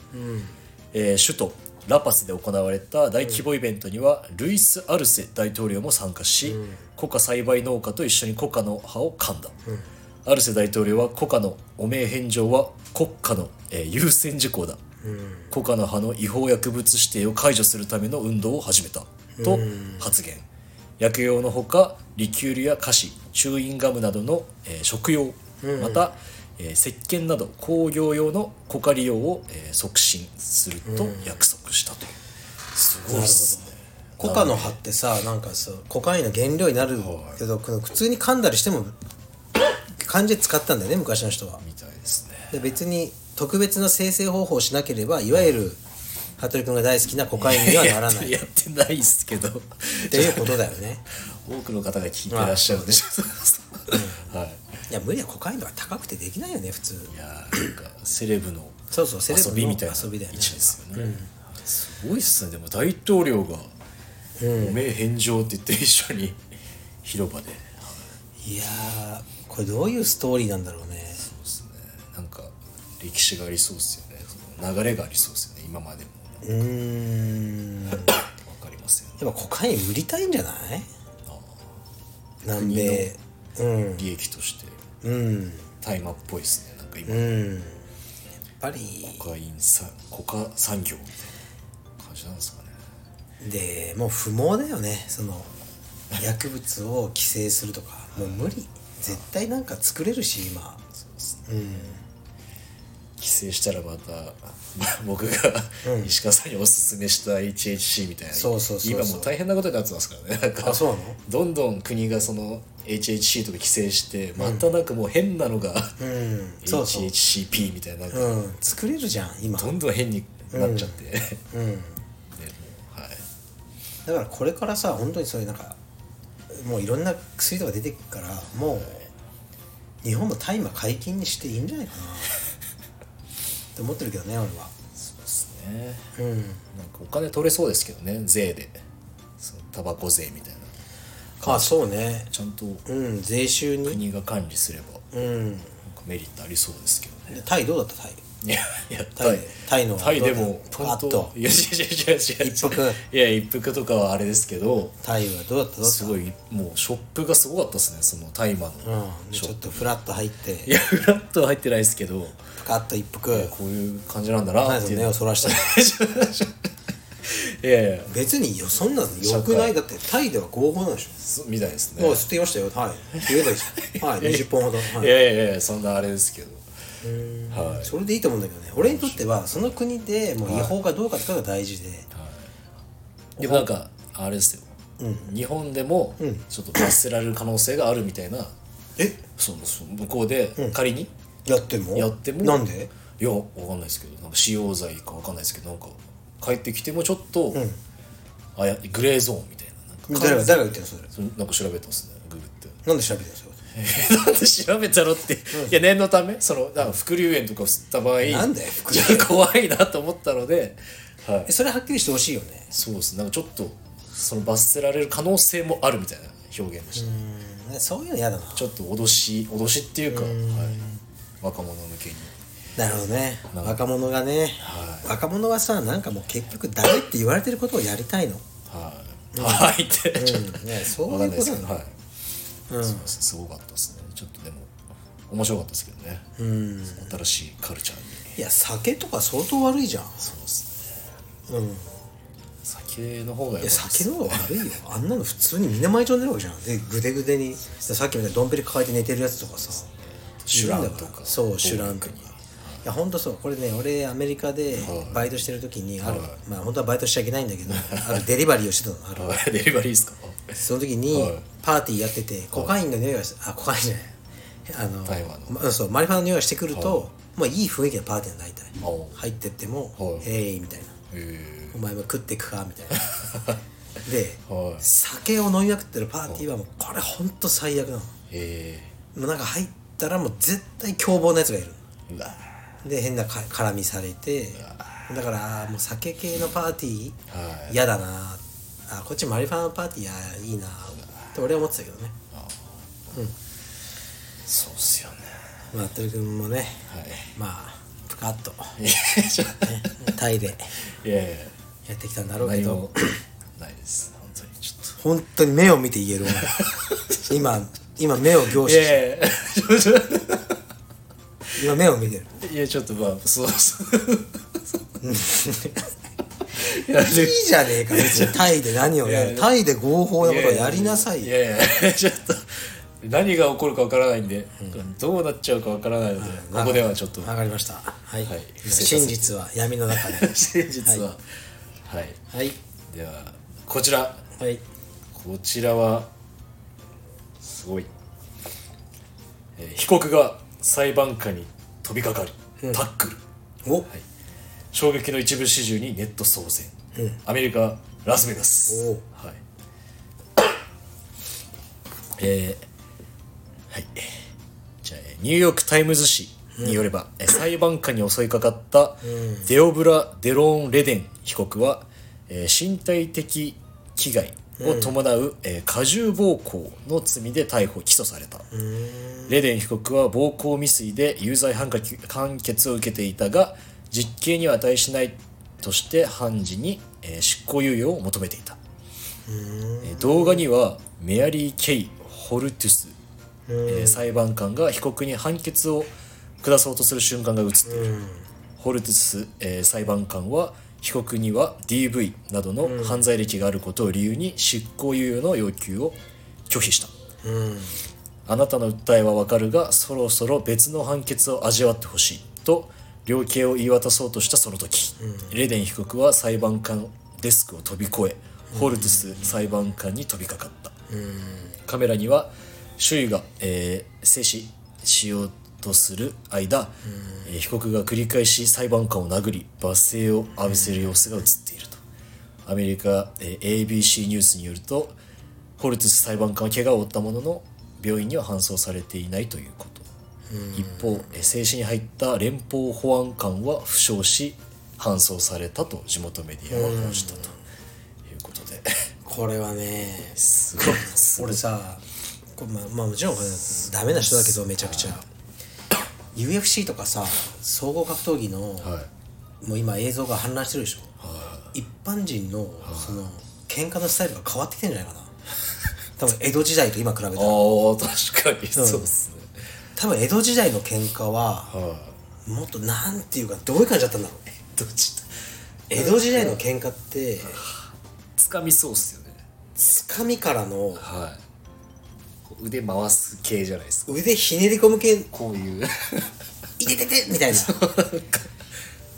[SPEAKER 2] えー首都ラパスで行われた大規模イベントにはルイス・アルセ大統領も参加し、コカ栽培農家と一緒にコカの葉を噛んだ、アルセ大統領はコカの汚名返上は国家の、えー優先事項だ、コカの葉の違法薬物指定を解除するための運動を始めたと発言、薬用のほかリキュールや菓子チューインガムなどの、えー食用、また、えー石鹸など工業用のコカ利用を、えー促進すると約束したと、すごいっすね
[SPEAKER 1] コカの葉ってさなんかそうコカインの原料になるけど、この普通に噛んだりしても漢字使ったんだよね昔の人は
[SPEAKER 2] みたいですね
[SPEAKER 1] で別に特別な生成方法をしなければいわゆる羽鳥君が大好きなコカインにはなら (laughs) ないっ
[SPEAKER 2] やってないっすけど
[SPEAKER 1] ていうことだよね
[SPEAKER 2] (laughs) 多くの方が聞いてらっしゃ (laughs) るんでしょうはい
[SPEAKER 1] いや無理はコカインとか高くてできないよね普通
[SPEAKER 2] いやーなんかセレブの
[SPEAKER 1] そうそうセレブの
[SPEAKER 2] 遊びみたいな位
[SPEAKER 1] 遊
[SPEAKER 2] 置
[SPEAKER 1] びだよね
[SPEAKER 2] ですよねすごいっすねでも大統領が「おめえ返上」って言って一緒に (laughs) 広場で
[SPEAKER 1] いやーこれどういうストーリーなんだろうね
[SPEAKER 2] なんか歴史がありそうっすよねその流れがありそうっすよね今までも
[SPEAKER 1] うーんやっ
[SPEAKER 2] わかりますよね
[SPEAKER 1] ぱコカイン売りたいんじゃない南米うん
[SPEAKER 2] 利益として
[SPEAKER 1] うん
[SPEAKER 2] 大麻っぽいっすねなんか今
[SPEAKER 1] うんやっぱり
[SPEAKER 2] コカイン産コカ産業みたいな感じなんですかね
[SPEAKER 1] でもう不毛だよねその薬物を規制するとかもう無理絶対なんか作れるし今
[SPEAKER 2] そうっすね帰省したらまたま僕が石川さんにおすすめした HHC みたいな、
[SPEAKER 1] そうそうそうそう
[SPEAKER 2] 今もう大変なことになってますからねなんか
[SPEAKER 1] あそうなの
[SPEAKER 2] どんどん国がその HHC とか規制してまたなんかもう変なのが、
[SPEAKER 1] うん、うん、そうそう
[SPEAKER 2] HHCP みたいななんか
[SPEAKER 1] うん作れるじゃん今
[SPEAKER 2] どんどん変になっちゃって、 (laughs) で
[SPEAKER 1] うん
[SPEAKER 2] もはい
[SPEAKER 1] だからこれからさ本当にそういうなんかもういろんな薬とか出てくからもう日本も大麻解禁にしていいんじゃないか (laughs) なって思ってるけどね俺は
[SPEAKER 2] そうですね
[SPEAKER 1] うん
[SPEAKER 2] なんかお金取れそうですけどね税でそのタバコ税みたいな
[SPEAKER 1] あそうね
[SPEAKER 2] ちゃんと
[SPEAKER 1] うん税収に
[SPEAKER 2] 国が管理すればなん
[SPEAKER 1] うん
[SPEAKER 2] かメリットありそうですけどね
[SPEAKER 1] でタイどうだったタイ
[SPEAKER 2] いや、いや、
[SPEAKER 1] タ
[SPEAKER 2] タ
[SPEAKER 1] イ
[SPEAKER 2] イ、
[SPEAKER 1] タイの
[SPEAKER 2] タイでも、
[SPEAKER 1] パカッと
[SPEAKER 2] いや、いや、いや、いや、いや、
[SPEAKER 1] 一服
[SPEAKER 2] いや、一服とかはあれですけど。
[SPEAKER 1] タイはどうだったどうだった
[SPEAKER 2] すごい、もうショップがすごかったですね、その大麻の
[SPEAKER 1] うん、で
[SPEAKER 2] ショ
[SPEAKER 1] ちょ
[SPEAKER 2] ッ
[SPEAKER 1] っ
[SPEAKER 2] プ。
[SPEAKER 1] とフラッと入って
[SPEAKER 2] いや、フラットは入ってないですけど、
[SPEAKER 1] パカッと一服
[SPEAKER 2] こういう感じなんだな
[SPEAKER 1] 何
[SPEAKER 2] っ
[SPEAKER 1] そ
[SPEAKER 2] てい
[SPEAKER 1] の
[SPEAKER 2] う。
[SPEAKER 1] 目をそらして
[SPEAKER 2] (laughs) いやいや、
[SPEAKER 1] 別によそんなのよくないだってタイでは合法なんでしょ
[SPEAKER 2] そみたいですね。
[SPEAKER 1] もう吸ってきましたよはいって言えばいいじゃ
[SPEAKER 2] (laughs)
[SPEAKER 1] んはい20本ほど、はい
[SPEAKER 2] いやいやいや、そんなあれですけど。はい。
[SPEAKER 1] それでいいと思うんだけどね俺にとってはその国でもう違法かどうかってことが大事で、
[SPEAKER 2] でもなんかあれですよ、日本でもちょっと罰せられる可能性があるみたいな、
[SPEAKER 1] え
[SPEAKER 2] そのその向こうで仮に、
[SPEAKER 1] やっても
[SPEAKER 2] やっても
[SPEAKER 1] なんで
[SPEAKER 2] いやわかんないですけどなんか使用罪かわかんないですけどなんか帰ってきてもちょっと、あやグレーゾーンみたいななんか
[SPEAKER 1] 誰が誰が言ってんのそれ
[SPEAKER 2] それなんか調べたんですねググって。 (laughs)
[SPEAKER 1] なんで調べてんのそれ
[SPEAKER 2] えなんで調べたのって、いや念のためそのなんか副流炎とかを吸った場合
[SPEAKER 1] なんだよ副流
[SPEAKER 2] 怖いなと思ったので、はい
[SPEAKER 1] え、それはっきりしてほしいよね
[SPEAKER 2] そうですねなんかちょっとその罰せられる可能性もあるみたいな表現でした、
[SPEAKER 1] うんそういうの嫌だな
[SPEAKER 2] ちょっと脅し脅しっていうか、はい、若者向けに
[SPEAKER 1] なるほどね若者がね、若者はさなんかもう結局ダメって言われてることをやりたいの、
[SPEAKER 2] はい、はいって、ちょっと、
[SPEAKER 1] ねそういうこと
[SPEAKER 2] わかんないですけど、はい、
[SPEAKER 1] うん
[SPEAKER 2] そうですすごかったですねちょっとでも面白かったですけどね、
[SPEAKER 1] うん
[SPEAKER 2] 新しいカルチャーに
[SPEAKER 1] いや酒とか相当悪いじゃん
[SPEAKER 2] そうですね
[SPEAKER 1] うん
[SPEAKER 2] 酒の方が
[SPEAKER 1] い
[SPEAKER 2] や
[SPEAKER 1] や
[SPEAKER 2] っぱ
[SPEAKER 1] 酒の方が悪いよあんなの普通にみんな毎朝寝るわけじゃんでグデグデにさっきみたいにドンペリ抱えて寝てるやつとかさ
[SPEAKER 2] シュランとか
[SPEAKER 1] そうシュランとかいやほんとそうこれね俺アメリカで
[SPEAKER 2] はい
[SPEAKER 1] バイトしてる時にある、まあ本当はバイトしちゃいけないんだけどあるデリバリーをしてたのある
[SPEAKER 2] はいデリバリーですか
[SPEAKER 1] その時に
[SPEAKER 2] はい
[SPEAKER 1] パーティーやっててコカインの匂いがしあコカインじゃないあの
[SPEAKER 2] 大麻の
[SPEAKER 1] まそうマリファナの匂いがしてくると、まあいい雰囲気のパーティーなの大
[SPEAKER 2] お
[SPEAKER 1] 体入ってっても
[SPEAKER 2] は
[SPEAKER 1] 「
[SPEAKER 2] い
[SPEAKER 1] へい」みたいな
[SPEAKER 2] へ
[SPEAKER 1] 「お前も食ってくか」み
[SPEAKER 2] (laughs)
[SPEAKER 1] たいなで
[SPEAKER 2] えはい
[SPEAKER 1] 酒を飲みまくってるパーティーはもうこれほんと最悪なのも
[SPEAKER 2] へ
[SPEAKER 1] うなんか入ったらもう絶対凶暴なやつがいる
[SPEAKER 2] えうわ
[SPEAKER 1] で変なか絡みされてだからもう酒系のパーティ
[SPEAKER 2] は
[SPEAKER 1] ー嫌だなあこっちマリファナのパーティーあいいなって俺は思ってたけどね
[SPEAKER 2] そうっすよね
[SPEAKER 1] まあ服部君もね
[SPEAKER 2] (laughs) はい
[SPEAKER 1] まあプカッと
[SPEAKER 2] いやちょっと
[SPEAKER 1] タイで
[SPEAKER 2] いやいや
[SPEAKER 1] やってきたんだろうけ
[SPEAKER 2] 何
[SPEAKER 1] ど
[SPEAKER 2] もないです本当にちょっ
[SPEAKER 1] 本当に目を見て言えるもん今今目を凝
[SPEAKER 2] と
[SPEAKER 1] 視
[SPEAKER 2] い
[SPEAKER 1] して
[SPEAKER 2] や (laughs) いやちょっ
[SPEAKER 1] 今目を見てる
[SPEAKER 2] といやちょっとまあそうそういや
[SPEAKER 1] いいじゃねえか別にタイで何をやるタイで合法なことをやりなさい
[SPEAKER 2] い
[SPEAKER 1] よ
[SPEAKER 2] やいや (laughs) ちょっと何が起こるかわからないんで、どうなっちゃうかわからないので、ここではちょっと
[SPEAKER 1] わかりましたはい、
[SPEAKER 2] はい
[SPEAKER 1] 真実は闇の中で
[SPEAKER 2] (laughs) 真実ははい、
[SPEAKER 1] はい
[SPEAKER 2] ではこちら
[SPEAKER 1] はい
[SPEAKER 2] こちらはすごい、えー被告が裁判官に飛びかかるタックル、
[SPEAKER 1] お、
[SPEAKER 2] 衝撃の一部始終にネット騒然、アメリカラスベガス
[SPEAKER 1] おう
[SPEAKER 2] はい (coughs) えーはいじゃあえーニューヨーク・タイムズ紙によれば、えー裁判官に襲いかかったデオブラ・デローン・レデン被告は、えー身体的危害を伴う、えー過重暴行の罪で逮捕起訴された、レデン被告は暴行未遂で有罪判決判決を受けていたが実刑には値しないとして判事に、えー執行猶予を求めていた、えー動画にはメアリー・ケイ・ホルトゥス、えー裁判官が被告に判決を下そうとする瞬間が映っているホルトゥス、えー裁判官は被告には DV などの犯罪歴があることを理由に執行猶予の要求を拒否した、あなたの訴えはわかるがそろそろ別の判決を味わってほしいと量刑を言い渡そうとしたその時、レデン被告は裁判官デスクを飛び越えホルトゥス裁判官に飛びかかった、カメラには周囲が、えー制止しようとする間、えー被告が繰り返し裁判官を殴り罵声を浴びせる様子が映っているとアメリカ、えー ABC ニュースによるとホルツ裁判官は怪我を負ったものの病院には搬送されていないということ一方えー制止に入った連邦保安官は負傷し搬送されたと地元メディアは報じたということで
[SPEAKER 1] これはね
[SPEAKER 2] すごい (laughs) です
[SPEAKER 1] 俺さこれまあ、まあ、もちろんこれダメな人だけどめちゃくちゃ UFC とかさ総合格闘技の、
[SPEAKER 2] はい
[SPEAKER 1] もう今映像が氾濫してるでしょ、一般人のその喧嘩のスタイルが変わってきてんじゃない (laughs) かな多分江戸時代と今比べたら
[SPEAKER 2] ああ確かにそうですね、
[SPEAKER 1] 多分江戸時代の喧嘩は
[SPEAKER 2] はい
[SPEAKER 1] もっとなんていうかどういう感じだったんだろう
[SPEAKER 2] どっちだ
[SPEAKER 1] 江戸時代の喧嘩って
[SPEAKER 2] つかみそうっすよね
[SPEAKER 1] つかみからの
[SPEAKER 2] はいこう腕回す系じゃないですか
[SPEAKER 1] 腕ひねり込む系
[SPEAKER 2] こういう
[SPEAKER 1] いてててみたいな
[SPEAKER 2] (laughs)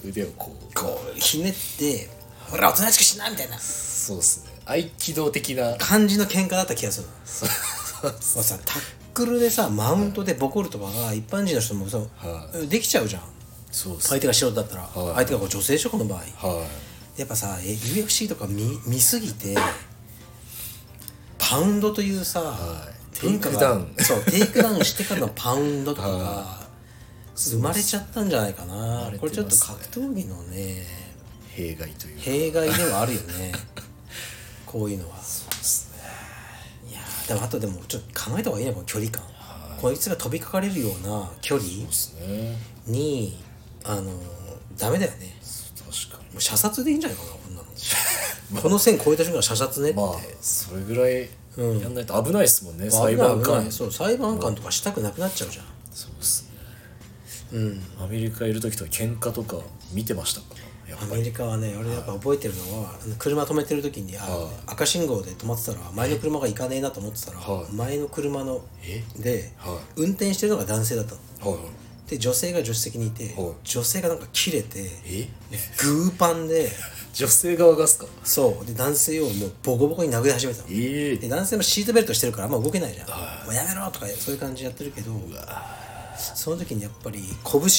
[SPEAKER 2] 腕をこう
[SPEAKER 1] こうひねってほらおとなしくしなみたいな
[SPEAKER 2] そうですね合気道的な
[SPEAKER 1] 感じの喧嘩だった気がするの
[SPEAKER 2] そう
[SPEAKER 1] もうさタックルでさマウントでボコるとかが一般人の人もそう
[SPEAKER 2] は
[SPEAKER 1] できちゃうじゃん
[SPEAKER 2] そうです
[SPEAKER 1] 相手が素人だったら、
[SPEAKER 2] はい
[SPEAKER 1] 相手がこう女性諸の場合
[SPEAKER 2] は
[SPEAKER 1] やっぱさえ UFC とか見見すぎてパウンドというさ、
[SPEAKER 2] い
[SPEAKER 1] 文化が
[SPEAKER 2] テイクダウン
[SPEAKER 1] そうテイクダウンしてからのパウンドとかが
[SPEAKER 2] は
[SPEAKER 1] 生まれちゃったんじゃないかな、
[SPEAKER 2] れてますね
[SPEAKER 1] これちょっと格闘技のね
[SPEAKER 2] い弊害というか
[SPEAKER 1] 弊害ではあるよ
[SPEAKER 2] (laughs)
[SPEAKER 1] ねこういうのは
[SPEAKER 2] ですね
[SPEAKER 1] いやーでもあとでもちょっと考えた方がいいねこの距離感、こいつが飛びかかれるような距離
[SPEAKER 2] ですね
[SPEAKER 1] にあのーダメだよね
[SPEAKER 2] 確か
[SPEAKER 1] もう射殺でいいんじゃないかなこ
[SPEAKER 2] (laughs)
[SPEAKER 1] んなのこの線超えた瞬間射殺ねって、
[SPEAKER 2] にまあそれぐらいやんないと危ないですもんね、
[SPEAKER 1] 危
[SPEAKER 2] 裁
[SPEAKER 1] ない
[SPEAKER 2] 判
[SPEAKER 1] 危な
[SPEAKER 2] 官
[SPEAKER 1] いそう裁判官とかしたくなくなっちゃうじゃん
[SPEAKER 2] そうですねうんアメリカいる時とか喧嘩とか見てましたかやっぱ
[SPEAKER 1] アメリカはね俺やっぱ覚えてるのは、あの車止めてる時にあ赤信号で止まってたら前の車が行かねえなと思ってたら、
[SPEAKER 2] はい
[SPEAKER 1] 前の車の
[SPEAKER 2] え
[SPEAKER 1] で、
[SPEAKER 2] はい
[SPEAKER 1] 運転してるのが男性だったの
[SPEAKER 2] はい
[SPEAKER 1] で女性が助手席にいて、
[SPEAKER 2] はい
[SPEAKER 1] 女性がなんか切れて
[SPEAKER 2] え
[SPEAKER 1] グーパンで
[SPEAKER 2] 女性側がっすか
[SPEAKER 1] そうで男性をもうボコボコに殴り始めたの
[SPEAKER 2] え
[SPEAKER 1] で男性もシートベルトしてるからあんま動けないじゃん「もうやめろ!」とかそういう感じやってるけどその時にやっぱり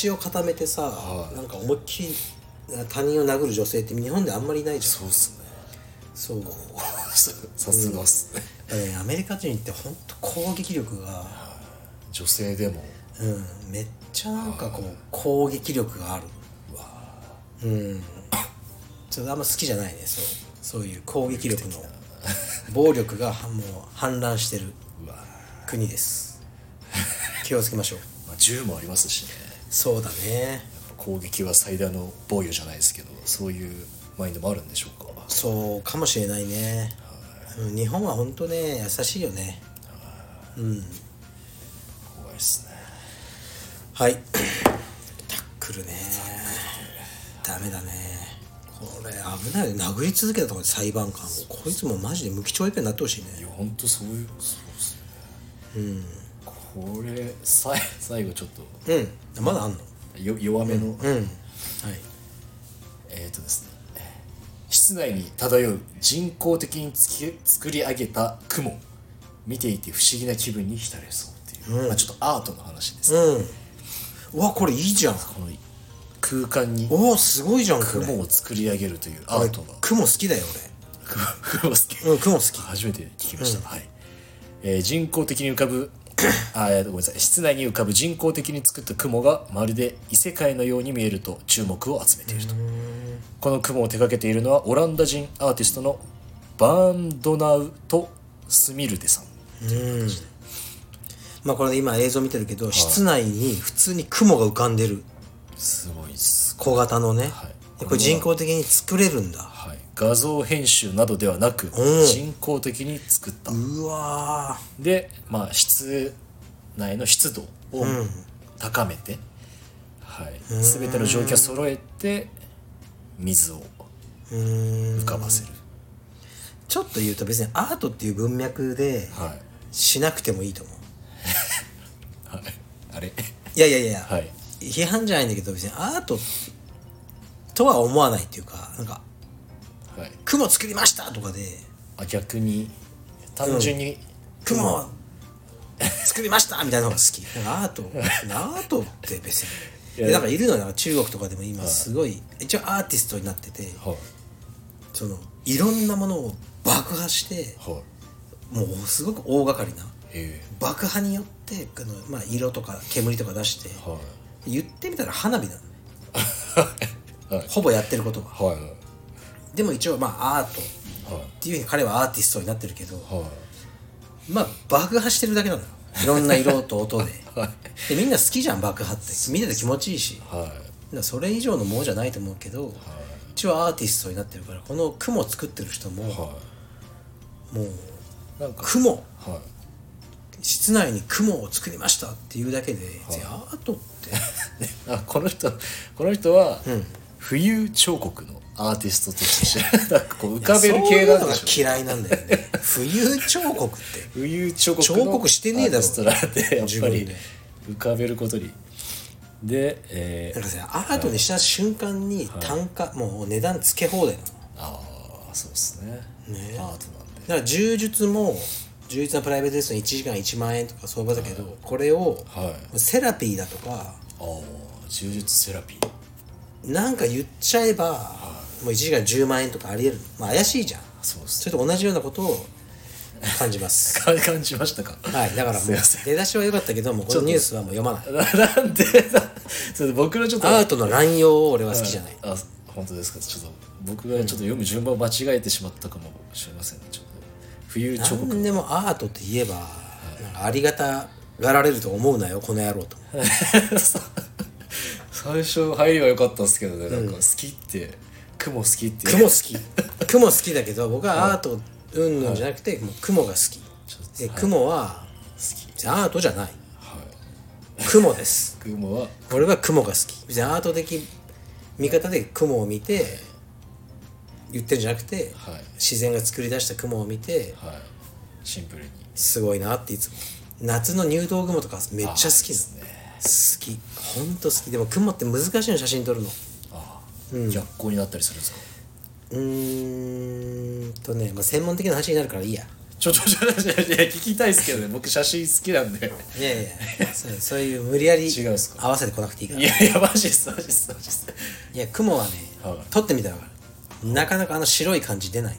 [SPEAKER 1] 拳を固めてさ、なんか思いっきり他人を殴る女性って日本であんまりいないじゃん
[SPEAKER 2] そうっすね (laughs)
[SPEAKER 1] そう
[SPEAKER 2] さすがっすね、
[SPEAKER 1] だからねアメリカ人ってほんと攻撃力が、
[SPEAKER 2] 女性でも
[SPEAKER 1] うん、めっちゃなんかこう攻撃力があるうんちょっとあんま好きじゃないねそうそういう攻撃力の暴力がはもう氾濫してる
[SPEAKER 2] うわ、
[SPEAKER 1] 国です気をつけましょう
[SPEAKER 2] まあ、銃もありますしね
[SPEAKER 1] そうだね
[SPEAKER 2] 攻撃は最大の防御じゃないですけどそういうマインドもあるんでしょうか
[SPEAKER 1] そうかもしれないね、うん日本は本当ね優しいよね
[SPEAKER 2] 怖いですね
[SPEAKER 1] はいタックルねダメだねこれ危ないよ殴り続けたと思う裁判官をこいつもマジで無期懲役になってほしいね
[SPEAKER 2] いや本当そういうそうですねうんこれさい最後ちょっと
[SPEAKER 1] うんまだあんの
[SPEAKER 2] よ弱め
[SPEAKER 1] う
[SPEAKER 2] の、
[SPEAKER 1] んはい
[SPEAKER 2] えーとですね室内に漂う人工的につき作り上げた雲見ていて不思議な気分に浸れそうっていう、まあ、ちょっとアートの話です、
[SPEAKER 1] うんうわこれいいじゃん
[SPEAKER 2] この空間に
[SPEAKER 1] おおすごいじゃんこれ
[SPEAKER 2] 雲を作り上げるというアートが
[SPEAKER 1] 雲好きだよ
[SPEAKER 2] 雲好き、
[SPEAKER 1] 俺うん雲好き
[SPEAKER 2] 初めて聞きました、はい、えー人工的に浮かぶあーえーごめんなさい室内に浮かぶ人工的に作った雲がまるで異世界のように見えると注目を集めているとこの雲を手掛けているのはオランダ人アーティストのバーンドナウとスミルデさん
[SPEAKER 1] まあこれ今映像見てるけど、室内に普通に雲が浮かんでる
[SPEAKER 2] すごいっす
[SPEAKER 1] 小型のね、
[SPEAKER 2] はい
[SPEAKER 1] でこれ人工的に作れるんだ
[SPEAKER 2] はい、画像編集などではなく
[SPEAKER 1] うん
[SPEAKER 2] 人工的に作った
[SPEAKER 1] うわ
[SPEAKER 2] で、まあ、室内の湿度を高めて、はい、全ての状況を揃えて水を
[SPEAKER 1] ーうーん
[SPEAKER 2] 浮かばせる、
[SPEAKER 1] ちょっと言うと別にアートっていう文脈で
[SPEAKER 2] はい
[SPEAKER 1] しなくてもいいと思う
[SPEAKER 2] はい、あれ
[SPEAKER 1] いやいやいや、
[SPEAKER 2] はい
[SPEAKER 1] 批判じゃないんだけど別にアートとは思わないっていうかなんか
[SPEAKER 2] はい
[SPEAKER 1] 「雲作りました!」とかで
[SPEAKER 2] あ逆に単純に、
[SPEAKER 1] 「雲作りました!」みたいなのが好きなんかアートアートって別に
[SPEAKER 2] いや
[SPEAKER 1] でなんかいるのよなんか中国とかでも今すごい一応アーティストになってて
[SPEAKER 2] はい
[SPEAKER 1] そのいろんなものを爆破して
[SPEAKER 2] はい
[SPEAKER 1] もうすごく大掛かりな
[SPEAKER 2] え
[SPEAKER 1] 爆破によってあの、まあ、色とか煙とか出して
[SPEAKER 2] えはい
[SPEAKER 1] 言ってみたら花火なの
[SPEAKER 2] (laughs) はい
[SPEAKER 1] ほぼやってることは
[SPEAKER 2] はい
[SPEAKER 1] でも一応まあアートっ
[SPEAKER 2] はい
[SPEAKER 1] ていうふうに彼はアーティストになってるけど
[SPEAKER 2] はい
[SPEAKER 1] まあ爆破してるだけなのよいろんな色と音で
[SPEAKER 2] (laughs)
[SPEAKER 1] でみんな好きじゃん爆破って見てて気持ちいいしだか
[SPEAKER 2] はい
[SPEAKER 1] らそれ以上のものじゃないと思うけど一応アーティストになってるからこの雲を作ってる人も
[SPEAKER 2] は
[SPEAKER 1] もう
[SPEAKER 2] いなんか
[SPEAKER 1] 雲
[SPEAKER 2] はい
[SPEAKER 1] 室内に雲を作りましたっていうだけで、別にアート
[SPEAKER 2] (laughs)
[SPEAKER 1] って
[SPEAKER 2] ねあこの人この人は、浮遊彫刻のアーティストとしてなんかこう浮かべる系なんでし
[SPEAKER 1] そうい
[SPEAKER 2] ょう
[SPEAKER 1] うのが嫌いなんだよね (laughs) 浮遊彫刻って
[SPEAKER 2] 浮遊彫刻
[SPEAKER 1] 彫刻してねえだろ
[SPEAKER 2] アーティストなんでや
[SPEAKER 1] 自
[SPEAKER 2] っぱ
[SPEAKER 1] 分
[SPEAKER 2] り
[SPEAKER 1] で
[SPEAKER 2] 浮かべることにで、え
[SPEAKER 1] なんか
[SPEAKER 2] ー、
[SPEAKER 1] さアートにした瞬間に単価、もう値段つけ放題なの
[SPEAKER 2] ああそうですね
[SPEAKER 1] ね
[SPEAKER 2] アートなんで
[SPEAKER 1] だから柔術も柔術のプライベートレッスン1時間1万円とか相場だけど、これを、
[SPEAKER 2] はい
[SPEAKER 1] セラピーだとか
[SPEAKER 2] ああ柔術セラピー
[SPEAKER 1] なんか言っちゃえば、もう1時間10万円とかありえるまあ怪しいじゃん
[SPEAKER 2] そうです
[SPEAKER 1] それと同じようなことを感じま
[SPEAKER 2] (laughs)
[SPEAKER 1] す
[SPEAKER 2] ね感じましたか
[SPEAKER 1] はいだからもう
[SPEAKER 2] すいません
[SPEAKER 1] 出だしは良かったけどもうこのニュースはもう読まない
[SPEAKER 2] ななんで (laughs) なそれ僕のちょっと
[SPEAKER 1] アートの乱用を俺は好きじゃない、
[SPEAKER 2] あ本当ですかちょっと僕がちょっと読む順番を間違えてしまったかもしれませんねちょっと浮遊彫刻
[SPEAKER 1] 何でもアートって言えばなんかありがたがられると思うなよこの野郎と
[SPEAKER 2] (laughs) 最初入りは良かったんですけどね、なんか好きって雲好きって
[SPEAKER 1] 雲好き雲好きだけど僕はアートうんぬんじゃなくてもう雲が好きで雲は別にアートじゃない雲です
[SPEAKER 2] 雲は
[SPEAKER 1] 俺は雲が好き別にアート的見方で雲を見て言ってるんじゃなくて
[SPEAKER 2] はい
[SPEAKER 1] 自然が作り出した雲を見て
[SPEAKER 2] はいシンプルに
[SPEAKER 1] すごいなっていつも夏の入道雲とかめっちゃ好きですね好きほんと好きでも雲って難しいの写真撮るの
[SPEAKER 2] ああ、逆光になったりするんですか
[SPEAKER 1] うーんとね、まあ、専門的な話になるからいいや
[SPEAKER 2] ちょちょちょちょちょいや聞きたいで
[SPEAKER 1] (laughs)
[SPEAKER 2] すけどね僕写真好きなんで
[SPEAKER 1] いやいやそうそういう無理やり
[SPEAKER 2] 違うんすか
[SPEAKER 1] 合わせてこなくていいから
[SPEAKER 2] い
[SPEAKER 1] いや
[SPEAKER 2] やいやマジっすマジっすマジっす
[SPEAKER 1] 雲はね、
[SPEAKER 2] はい
[SPEAKER 1] 撮ってみたら分かるなかなかあの白い感じ出ない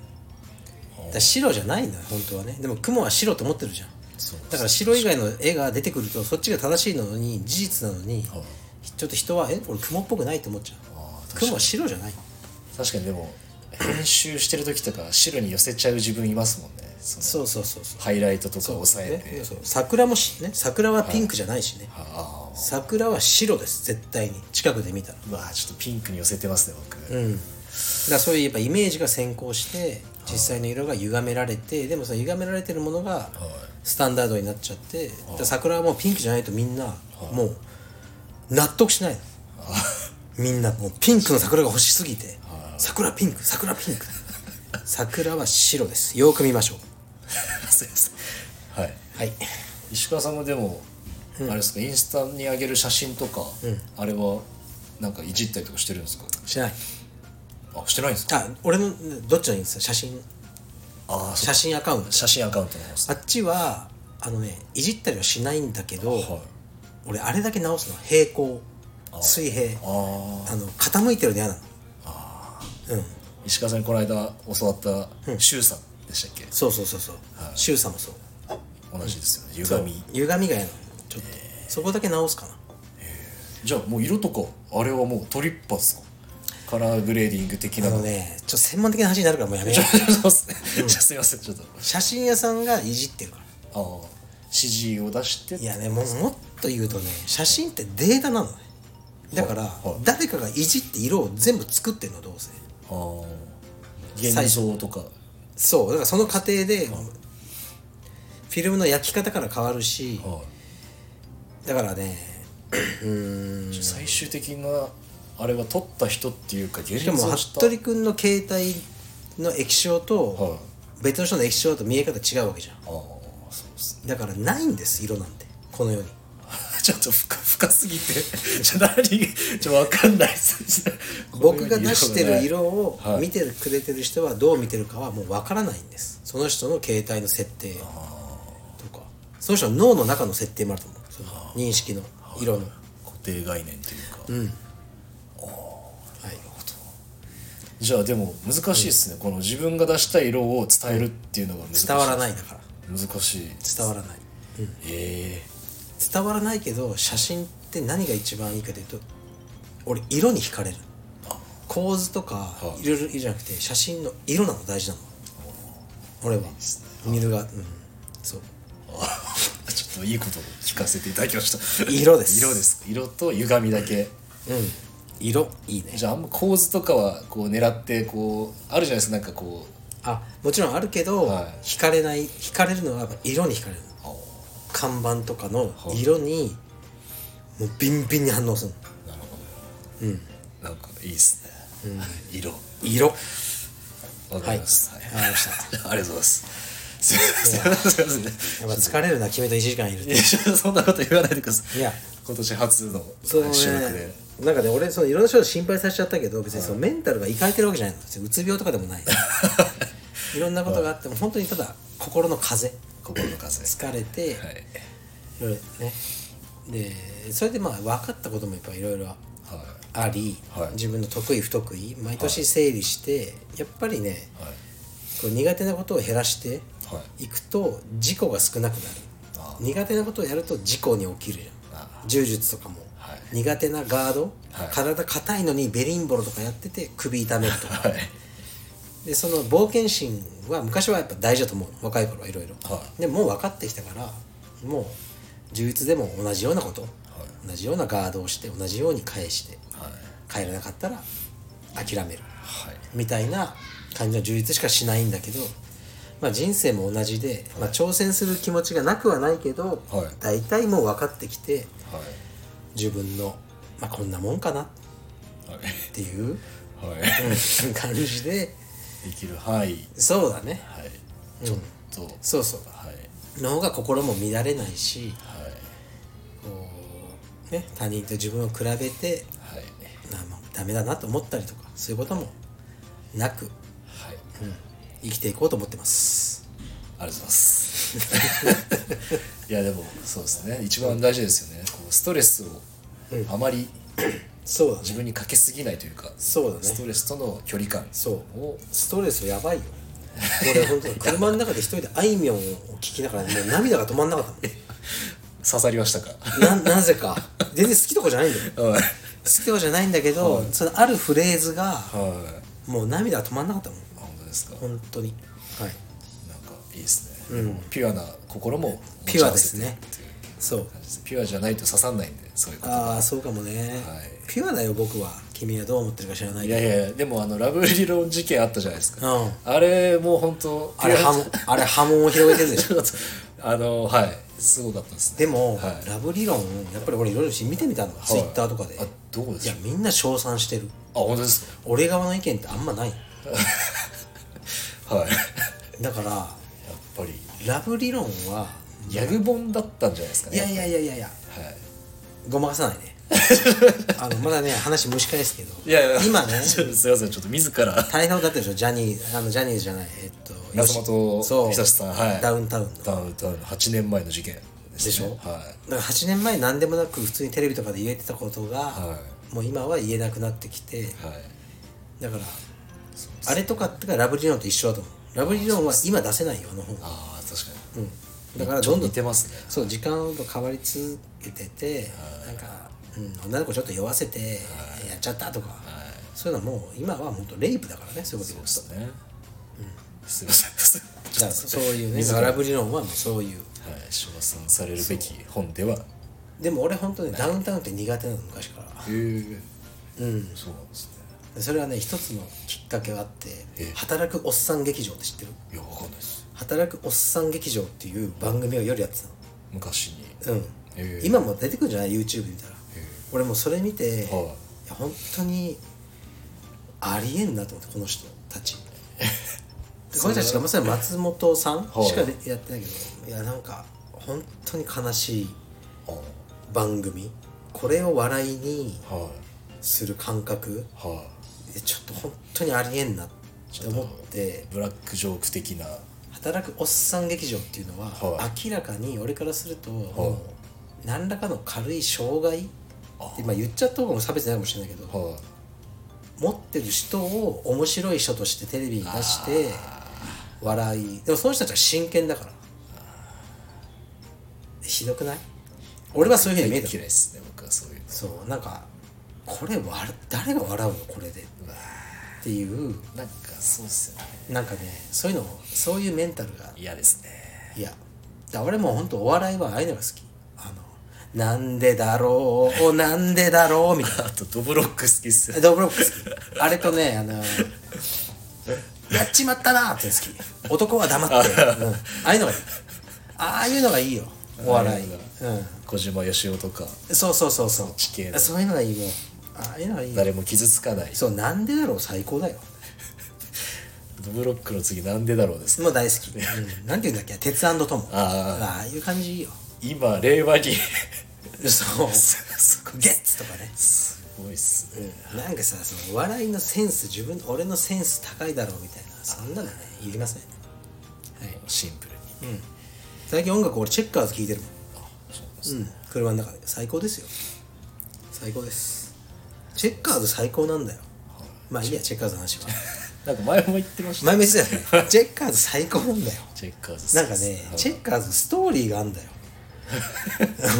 [SPEAKER 1] だから白じゃないのよ本当はねでも雲は白と思ってるじゃん
[SPEAKER 2] そう
[SPEAKER 1] だから白以外の絵が出てくるとそっちが正しいのに事実なのに、
[SPEAKER 2] い
[SPEAKER 1] ちょっと人はえこれ雲っぽくないと思っちゃ
[SPEAKER 2] あー確
[SPEAKER 1] う
[SPEAKER 2] かに
[SPEAKER 1] 雲は白じゃない
[SPEAKER 2] 確かにでも編集してる時とか白に寄せちゃう自分いますもんねその
[SPEAKER 1] そうそうそうそう
[SPEAKER 2] ハイライトとかを抑えて、
[SPEAKER 1] ね、そう桜もしね桜はピンクじゃないしね、
[SPEAKER 2] ああ
[SPEAKER 1] 桜は白です絶対に近くで見たら
[SPEAKER 2] うわちょっとピンクに寄せてますね僕、
[SPEAKER 1] うんからそういうやっぱイメージが先行して実際の色が歪められてでもその歪められてるものがスタンダードになっちゃってだから桜はもうピンクじゃないとみんなもう納得しないのみんなもうピンクの桜が欲しすぎて桜ピンク桜ピンク桜は白ですよく見ましょう
[SPEAKER 2] そう (laughs) ですはい
[SPEAKER 1] はい
[SPEAKER 2] 石川さんもでも、あれですかインスタに上げる写真とか、あれはなんかいじったりとかしてるんですか
[SPEAKER 1] しない
[SPEAKER 2] あしてないんですか
[SPEAKER 1] あ俺のどっちのインスタ写真
[SPEAKER 2] ああ
[SPEAKER 1] 写真アカウント
[SPEAKER 2] 写真アカウントの方です
[SPEAKER 1] あっちはあのねいじったりはしないんだけど、
[SPEAKER 2] はい
[SPEAKER 1] 俺あれだけ直すの平行水平
[SPEAKER 2] ああ
[SPEAKER 1] あの傾いてるの嫌なの
[SPEAKER 2] 石川さんにこの間教わった周さんでしたっけ、
[SPEAKER 1] そうそうそうそう周さんもそう
[SPEAKER 2] 同じですよね歪み
[SPEAKER 1] 歪みが嫌なのちょっとそこだけ直すかな
[SPEAKER 2] じゃあもう色とかあれはもうトリッパーっすかカラーグレーディング的な
[SPEAKER 1] あ
[SPEAKER 2] (laughs) の
[SPEAKER 1] のねちょっと専門的な話になるからもうやめよう
[SPEAKER 2] そうっすねじゃあすいませんちょっと
[SPEAKER 1] 写真屋さんがいじってるから
[SPEAKER 2] ああ指示を出して
[SPEAKER 1] いやねもうもっと言うとね写真ってデータなのねだから、
[SPEAKER 2] はい
[SPEAKER 1] 誰かがいじって色を全部作ってるのどうせ
[SPEAKER 2] ああ現像とか
[SPEAKER 1] そうだからその過程でフィルムの焼き方から変わるし
[SPEAKER 2] は
[SPEAKER 1] だからね
[SPEAKER 2] い最終的なあれは撮った人っていうか現
[SPEAKER 1] しか
[SPEAKER 2] 実を
[SPEAKER 1] も
[SPEAKER 2] した
[SPEAKER 1] 服部君の携帯の液晶
[SPEAKER 2] は
[SPEAKER 1] と
[SPEAKER 2] い
[SPEAKER 1] 別の人の液晶だと見え方違うわけじゃん
[SPEAKER 2] ああそうっすね (laughs)
[SPEAKER 1] だからないんです色なんてこの世に
[SPEAKER 2] ちょっと深深すぎて (laughs) ちょっと何ちょっとわかんないっす
[SPEAKER 1] (laughs) 僕が出してる色を
[SPEAKER 2] はい
[SPEAKER 1] 見てくれてる人はどう見てるかはもうわからないんですその人の携帯の設定とかその人の脳の中の設定もあると思うその認識の色の
[SPEAKER 2] 固定概念というか、
[SPEAKER 1] はい
[SPEAKER 2] じゃあでも難しいですね、この自分が出したい色を伝えるっていうのが難しい
[SPEAKER 1] 伝わらないだから
[SPEAKER 2] 難しい
[SPEAKER 1] 伝わらない
[SPEAKER 2] え
[SPEAKER 1] 伝わらないけど写真って何が一番いいかというと俺色に惹かれる構図とか
[SPEAKER 2] はい
[SPEAKER 1] いろいろいるじゃなくて写真の色なの大事なの俺は見るがうんそう
[SPEAKER 2] え (laughs) ちょっといいことを聞かせていただきました
[SPEAKER 1] 色です
[SPEAKER 2] 色です色と歪みだけ
[SPEAKER 1] うん色いいね
[SPEAKER 2] じゃああんま構図とかはこう狙ってこうあるじゃないですかなんかこう
[SPEAKER 1] あもちろんあるけど、
[SPEAKER 2] はい
[SPEAKER 1] 惹かれない惹かれるのはやっぱ色に惹かれるの看板とかの色にもうビンビンに反応するの
[SPEAKER 2] なんかいいですね、色
[SPEAKER 1] 色
[SPEAKER 2] わかります、はい
[SPEAKER 1] わかりました
[SPEAKER 2] ありがとうござ
[SPEAKER 1] (laughs)
[SPEAKER 2] いますすいませんすいません
[SPEAKER 1] やっぱ疲れるな決めた1時間いると
[SPEAKER 2] いやちょっとそんなこと言わないでください
[SPEAKER 1] いや
[SPEAKER 2] 今年初の
[SPEAKER 1] そのね
[SPEAKER 2] 収録で
[SPEAKER 1] なんかね俺そのいろんな人が心配させちゃったけど別にそのメンタルがいかれてるわけじゃないの別にうつ病とかでもない
[SPEAKER 2] (laughs)
[SPEAKER 1] いろんなことがあっても本当にただ心の風
[SPEAKER 2] 心の風です
[SPEAKER 1] 疲れて、、
[SPEAKER 2] はいい
[SPEAKER 1] ろいろねでそれでまあ分かったこともやっぱいろいろ
[SPEAKER 2] はい
[SPEAKER 1] あり、
[SPEAKER 2] はい
[SPEAKER 1] 自分の得意不得意毎年整理して、やっぱりね
[SPEAKER 2] はい
[SPEAKER 1] こう苦手なことを減らしていくと事故が少なくなる
[SPEAKER 2] あ
[SPEAKER 1] 苦手なことをやると事故に起きるじゃ
[SPEAKER 2] あ
[SPEAKER 1] ん柔術とかも、
[SPEAKER 2] はい
[SPEAKER 1] 苦手なガード、
[SPEAKER 2] はい
[SPEAKER 1] 体硬いのにベリンボロとかやってて首痛めるとか
[SPEAKER 2] はい
[SPEAKER 1] でその冒険心は昔はやっぱ大事だと思うの若い頃はいろいろ
[SPEAKER 2] は
[SPEAKER 1] でももう分かってきたからもう充実でも同じようなこと、同じようなガードをして同じように返して、
[SPEAKER 2] はい
[SPEAKER 1] 帰らなかったら諦める
[SPEAKER 2] はい
[SPEAKER 1] みたいな感じの充実しかしないんだけど、まあ、人生も同じで、まあ、挑戦する気持ちがなくはないけど、
[SPEAKER 2] はい
[SPEAKER 1] 大体もう分かってきて
[SPEAKER 2] はい
[SPEAKER 1] 自分の、まあ、こんなもんかなっ
[SPEAKER 2] はい
[SPEAKER 1] ていう
[SPEAKER 2] はい
[SPEAKER 1] 感じで
[SPEAKER 2] できる範囲
[SPEAKER 1] そうだね
[SPEAKER 2] はいちょっと
[SPEAKER 1] そうそう
[SPEAKER 2] はい
[SPEAKER 1] の方が心も乱れないし
[SPEAKER 2] はい
[SPEAKER 1] こう、ね、他人と自分を比べて
[SPEAKER 2] はい
[SPEAKER 1] あもうダメだなと思ったりとかそういうこともなく
[SPEAKER 2] はい
[SPEAKER 1] 生きていこうと思ってます。
[SPEAKER 2] ありがとうございます (laughs) いやでもそうですね一番大事ですよねこうストレスをあまり
[SPEAKER 1] そうだ
[SPEAKER 2] 自分にかけすぎないというか
[SPEAKER 1] そうだね
[SPEAKER 2] ストレスとの距離感
[SPEAKER 1] そう
[SPEAKER 2] を
[SPEAKER 1] ストレスや (laughs) ばいよ俺本当に車の中で一人であいみょんを聞きながらねもう涙が止まんなかったも
[SPEAKER 2] 刺さりましたか (laughs)
[SPEAKER 1] んななぜか全然好きとかじゃないんだよ好
[SPEAKER 2] はい
[SPEAKER 1] きとかじゃないんだけど、そのあるフレーズが
[SPEAKER 2] はい
[SPEAKER 1] もう涙が止まんなかったもん
[SPEAKER 2] 本当ですか
[SPEAKER 1] 本当にはい
[SPEAKER 2] なんかいいですね、ピュアな心も持
[SPEAKER 1] ピ
[SPEAKER 2] ち
[SPEAKER 1] ュ
[SPEAKER 2] 合
[SPEAKER 1] ア
[SPEAKER 2] わ
[SPEAKER 1] で
[SPEAKER 2] せ
[SPEAKER 1] す
[SPEAKER 2] て
[SPEAKER 1] ね
[SPEAKER 2] っていう
[SPEAKER 1] そう
[SPEAKER 2] 感じですピュアじゃないと刺さんないんでそういうこと
[SPEAKER 1] ああそうかもね、
[SPEAKER 2] はい
[SPEAKER 1] ピピュアだよ僕は君はどう思ってるか知らない
[SPEAKER 2] い
[SPEAKER 1] け
[SPEAKER 2] やいやでもあのラブ理論事件あったじゃないですか、
[SPEAKER 1] ど、うん、
[SPEAKER 2] あれもう本当
[SPEAKER 1] あれ波紋あれ波紋を広げてるで
[SPEAKER 2] (laughs)
[SPEAKER 1] しょ
[SPEAKER 2] ちょっとあのはいすごかったですね
[SPEAKER 1] でも、
[SPEAKER 2] はい
[SPEAKER 1] ラブ理論やっぱり俺いろいろ見てみたの、ツイッターとかで
[SPEAKER 2] あどうで
[SPEAKER 1] い
[SPEAKER 2] し
[SPEAKER 1] や
[SPEAKER 2] ょう
[SPEAKER 1] みんな称賛してる
[SPEAKER 2] あ本当ですか
[SPEAKER 1] 俺側の意見ってあんまない (laughs)
[SPEAKER 2] はいやっ
[SPEAKER 1] だから
[SPEAKER 2] ぱり
[SPEAKER 1] ラブ理論は
[SPEAKER 2] ギャグ本だったんじゃないですかね
[SPEAKER 1] いやいやいやいやいや
[SPEAKER 2] はい
[SPEAKER 1] ごまかさない
[SPEAKER 2] (laughs)
[SPEAKER 1] ねあのまだね話蒸し返すけど
[SPEAKER 2] いやいや
[SPEAKER 1] 今ね
[SPEAKER 2] (laughs) ちょっとすいませんちょっと自ら
[SPEAKER 1] 大変なことだったでしょジャニーあのジャニーズじゃないえっと
[SPEAKER 2] 松本
[SPEAKER 1] そう
[SPEAKER 2] 久志さんはい
[SPEAKER 1] ダウンタウンの
[SPEAKER 2] ダウンタウンの8年前の事件で,、
[SPEAKER 1] でしょ
[SPEAKER 2] は
[SPEAKER 1] だから8年前何でもなく普通にテレビとかで言えてたことが、
[SPEAKER 2] は
[SPEAKER 1] もう今は言えなくなってきて
[SPEAKER 2] いはい
[SPEAKER 1] だからあれとかってかラブ理論と一緒だと思うラブ理論は今出せないよあの本が、
[SPEAKER 2] ああ確か
[SPEAKER 1] うん、
[SPEAKER 2] に
[SPEAKER 1] だからどんどん
[SPEAKER 2] 似てますね
[SPEAKER 1] そう時間と変わり続けててなんか、うん、女の子ちょっと酔わせてやっちゃったとか、そういうのはもう今は本当レイプだからねそういうこと
[SPEAKER 2] そうですね、すいません
[SPEAKER 1] だからそういうね
[SPEAKER 2] 自
[SPEAKER 1] だ
[SPEAKER 2] ら
[SPEAKER 1] からラブ理論はもうそういう
[SPEAKER 2] はい称賛されるべき本では
[SPEAKER 1] でも俺本当ねダウンタウンって苦手なの昔から
[SPEAKER 2] へえ
[SPEAKER 1] うん
[SPEAKER 2] そうなんですね
[SPEAKER 1] でそれはね一つのきっかけがあって
[SPEAKER 2] え
[SPEAKER 1] 「働くおっさん劇場」って知ってる
[SPEAKER 2] いやわかんないです
[SPEAKER 1] 働くおっさん劇場っていう番組を夜やって
[SPEAKER 2] 昔に
[SPEAKER 1] たのうん、
[SPEAKER 2] ええ
[SPEAKER 1] 今も出てくるんじゃない YouTube 見たら、
[SPEAKER 2] え
[SPEAKER 1] 俺もうそれ見て、い、
[SPEAKER 2] は
[SPEAKER 1] や本当にありえんなと思ってこの人た
[SPEAKER 2] (laughs)
[SPEAKER 1] ちでこの人たちがまさに松本さん
[SPEAKER 2] はい
[SPEAKER 1] しかやってないけど、い、やなんか本当に悲しい
[SPEAKER 2] いあ
[SPEAKER 1] 番組これを笑いに
[SPEAKER 2] あはい
[SPEAKER 1] する感覚
[SPEAKER 2] はい
[SPEAKER 1] やちょっと本当にありえんなって思って
[SPEAKER 2] いブラックジョーク的な
[SPEAKER 1] 働くおっさん劇場っていうのは、
[SPEAKER 2] は
[SPEAKER 1] 明らかに俺からすると、もう何らかの軽い障害
[SPEAKER 2] あ
[SPEAKER 1] 今言っちゃった方が差別ないかもしれないけど
[SPEAKER 2] は
[SPEAKER 1] 持ってる人を面白い人としてテレビに出して笑いでもその人たちは真剣だからひどくない俺はそういうふう
[SPEAKER 2] い
[SPEAKER 1] に見え
[SPEAKER 2] 嫌
[SPEAKER 1] た
[SPEAKER 2] いですね僕はそういうの
[SPEAKER 1] そうなんかこれわ誰が笑うのこれでっていう
[SPEAKER 2] なんかそうっすよね
[SPEAKER 1] なんかねそういうのそういうメンタルが
[SPEAKER 2] 嫌ですね
[SPEAKER 1] いやだ俺もう本当お笑いはああいうのが好きあのなんでだろうなんでだろうみたい
[SPEAKER 2] あとドブロック好きっすよ
[SPEAKER 1] なドブロック好きあれとねあのやっちまったなーって好き男は黙って、うんああいうのがいいああいうのがいいよお笑いうん
[SPEAKER 2] 小島よしおとか
[SPEAKER 1] そうそうそうそう
[SPEAKER 2] ち系の
[SPEAKER 1] そういうのがいいもうああいうのがいいよ
[SPEAKER 2] 誰も傷つかない
[SPEAKER 1] そうなんでだろう最高だよ
[SPEAKER 2] ドブロックの次なんでだろうです
[SPEAKER 1] (laughs)
[SPEAKER 2] か
[SPEAKER 1] もう大好き、うん、なんていうんだっけ鉄アンドトモ
[SPEAKER 2] あ
[SPEAKER 1] ああいう感じいいよ
[SPEAKER 2] 今令和に
[SPEAKER 1] そう
[SPEAKER 2] すごい
[SPEAKER 1] ゲッツとかね
[SPEAKER 2] すごいっすね
[SPEAKER 1] なんかさその笑いのセンス自分俺のセンス高いだろうみたいなそんなのねいりません
[SPEAKER 2] シンプルに
[SPEAKER 1] 最近音楽俺チェッカーズ聴いてるもん、
[SPEAKER 2] あそうなんです
[SPEAKER 1] うん、車の中で最高ですよ最高ですチェッカーズ最高なんだよまあいいやチェッカーズの話は
[SPEAKER 2] なんか前も言ってました
[SPEAKER 1] (laughs) 前目だよね (laughs) チェッカーズ最高なんだよ
[SPEAKER 2] チェッカーズ
[SPEAKER 1] なんかねチェッカーズストーリーがあん (laughs) だよ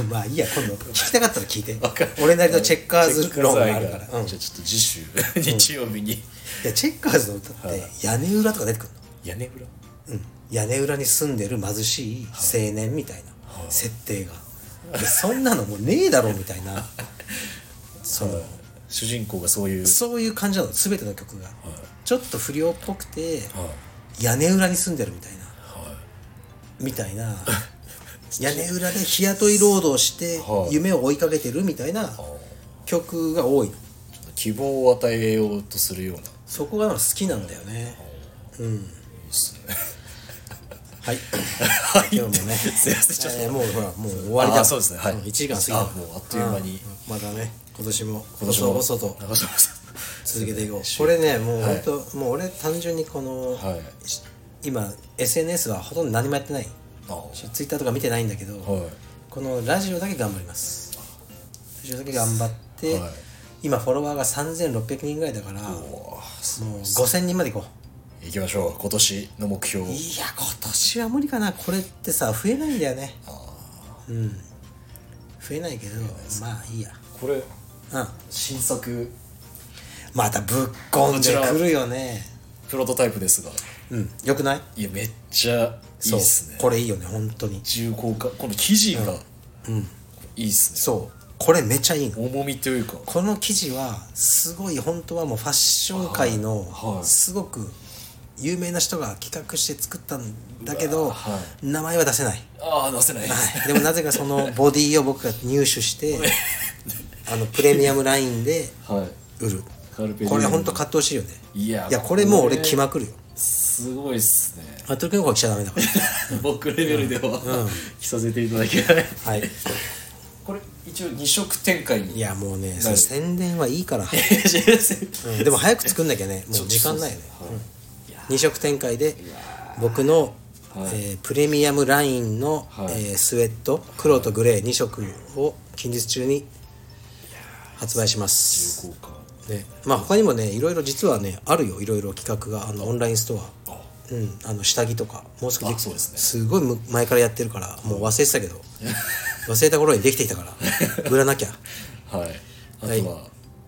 [SPEAKER 1] まあいいや (laughs) 今度聞きたかったら聞いて
[SPEAKER 2] かる
[SPEAKER 1] 俺なりのチェッカーズ論があるから、うん、い
[SPEAKER 2] じゃあちょっと次週 (laughs) 日曜日に
[SPEAKER 1] やチェッカーズの歌って屋根裏とか出てくるの
[SPEAKER 2] 屋根裏
[SPEAKER 1] うん、屋根裏に住んでる貧しい青年みたいな設定が、でそんなのもうねえだろみたい (laughs) なその
[SPEAKER 2] 主人公がそういう
[SPEAKER 1] そういう感じなの全ての曲が、ちょっと不良っぽくて、
[SPEAKER 2] はい
[SPEAKER 1] 屋根裏に住んでるみたいな
[SPEAKER 2] は
[SPEAKER 1] みたい
[SPEAKER 2] (laughs)
[SPEAKER 1] な屋根裏で日雇い労働して
[SPEAKER 2] はい
[SPEAKER 1] 夢を追いかけてるみたいない曲が多いの
[SPEAKER 2] ちょっと希望を与えようとするような
[SPEAKER 1] そこがなんか好きなんだよね (laughs) はい
[SPEAKER 2] はい
[SPEAKER 1] 今日もね
[SPEAKER 2] すいませんちょっと
[SPEAKER 1] えーもうほらもう終わりだ
[SPEAKER 2] あそうですねはい
[SPEAKER 1] 1時間過ぎた
[SPEAKER 2] あもうあっという間に
[SPEAKER 1] んまだね今年も
[SPEAKER 2] 今年も
[SPEAKER 1] 細々と
[SPEAKER 2] 長澤さん
[SPEAKER 1] 続けていこうこれねもう
[SPEAKER 2] はい
[SPEAKER 1] 本当、もう俺単純にこの、
[SPEAKER 2] はい
[SPEAKER 1] し今 SNS はほとんど何もやってない
[SPEAKER 2] あ
[SPEAKER 1] し Twitter とか見てないんだけど、
[SPEAKER 2] はい
[SPEAKER 1] このラジオだけ頑張りますラジオだけ頑張って、
[SPEAKER 2] はい
[SPEAKER 1] 今フォロワーが3600人ぐらいだからもう
[SPEAKER 2] おー
[SPEAKER 1] 5000人までいこう
[SPEAKER 2] 行きましょう今年の目標
[SPEAKER 1] いや今年は無理かなこれってさ増えないんだよねうん増えないけどまあいいや
[SPEAKER 2] これ
[SPEAKER 1] うん
[SPEAKER 2] 新作
[SPEAKER 1] またぶっこんでくるよね
[SPEAKER 2] プロトタイプですが
[SPEAKER 1] うんよくない
[SPEAKER 2] いやめっちゃいい
[SPEAKER 1] そう
[SPEAKER 2] っすね
[SPEAKER 1] これいいよね本当に
[SPEAKER 2] 重厚化この生地がいいっすね
[SPEAKER 1] そうこれめちゃいいの
[SPEAKER 2] 重みというか
[SPEAKER 1] この記事はすごい本当はもうファッション界
[SPEAKER 2] は
[SPEAKER 1] の
[SPEAKER 2] い
[SPEAKER 1] すごく有名な人が企画して作ったんだけど、
[SPEAKER 2] うわは
[SPEAKER 1] 名前は出せない、
[SPEAKER 2] ああ出せない、
[SPEAKER 1] はい、でもなぜかそのボディを僕が入手
[SPEAKER 2] (laughs)
[SPEAKER 1] してあのプレミアムラインで
[SPEAKER 2] はい
[SPEAKER 1] 売
[SPEAKER 2] (laughs)
[SPEAKER 1] る
[SPEAKER 2] カルペディエム
[SPEAKER 1] これ本当買ってほしいよね
[SPEAKER 2] いや
[SPEAKER 1] いやこれもう俺
[SPEAKER 2] これ
[SPEAKER 1] 着まくるよ
[SPEAKER 2] すごいっすね (laughs)
[SPEAKER 1] あと結構着ちゃダメだから
[SPEAKER 2] 僕レベルでは、着させていただけない
[SPEAKER 1] はい
[SPEAKER 2] これ一応二色展開に (laughs)
[SPEAKER 1] いやもうねその宣伝はいいから、
[SPEAKER 2] いやいやすいません
[SPEAKER 1] うんでも早く作んなきゃねもう時間ないよね
[SPEAKER 2] はい
[SPEAKER 1] 二色展開で僕の、
[SPEAKER 2] はい
[SPEAKER 1] えープレミアムラインの、
[SPEAKER 2] はい
[SPEAKER 1] えースウェット黒とグレー2色を近日中に発売します、
[SPEAKER 2] 重厚感
[SPEAKER 1] ね、まあ他にもねいろいろ実はねあるよいろいろ企画があのオンラインストア
[SPEAKER 2] あ
[SPEAKER 1] うん、あの下着とかもう少
[SPEAKER 2] あ
[SPEAKER 1] し
[SPEAKER 2] そうですね
[SPEAKER 1] ごいむ前からやってるからもう忘れてた
[SPEAKER 2] (laughs)
[SPEAKER 1] けど忘れた頃にできてきたから売らなきゃ
[SPEAKER 2] はいあと
[SPEAKER 1] はい
[SPEAKER 2] は、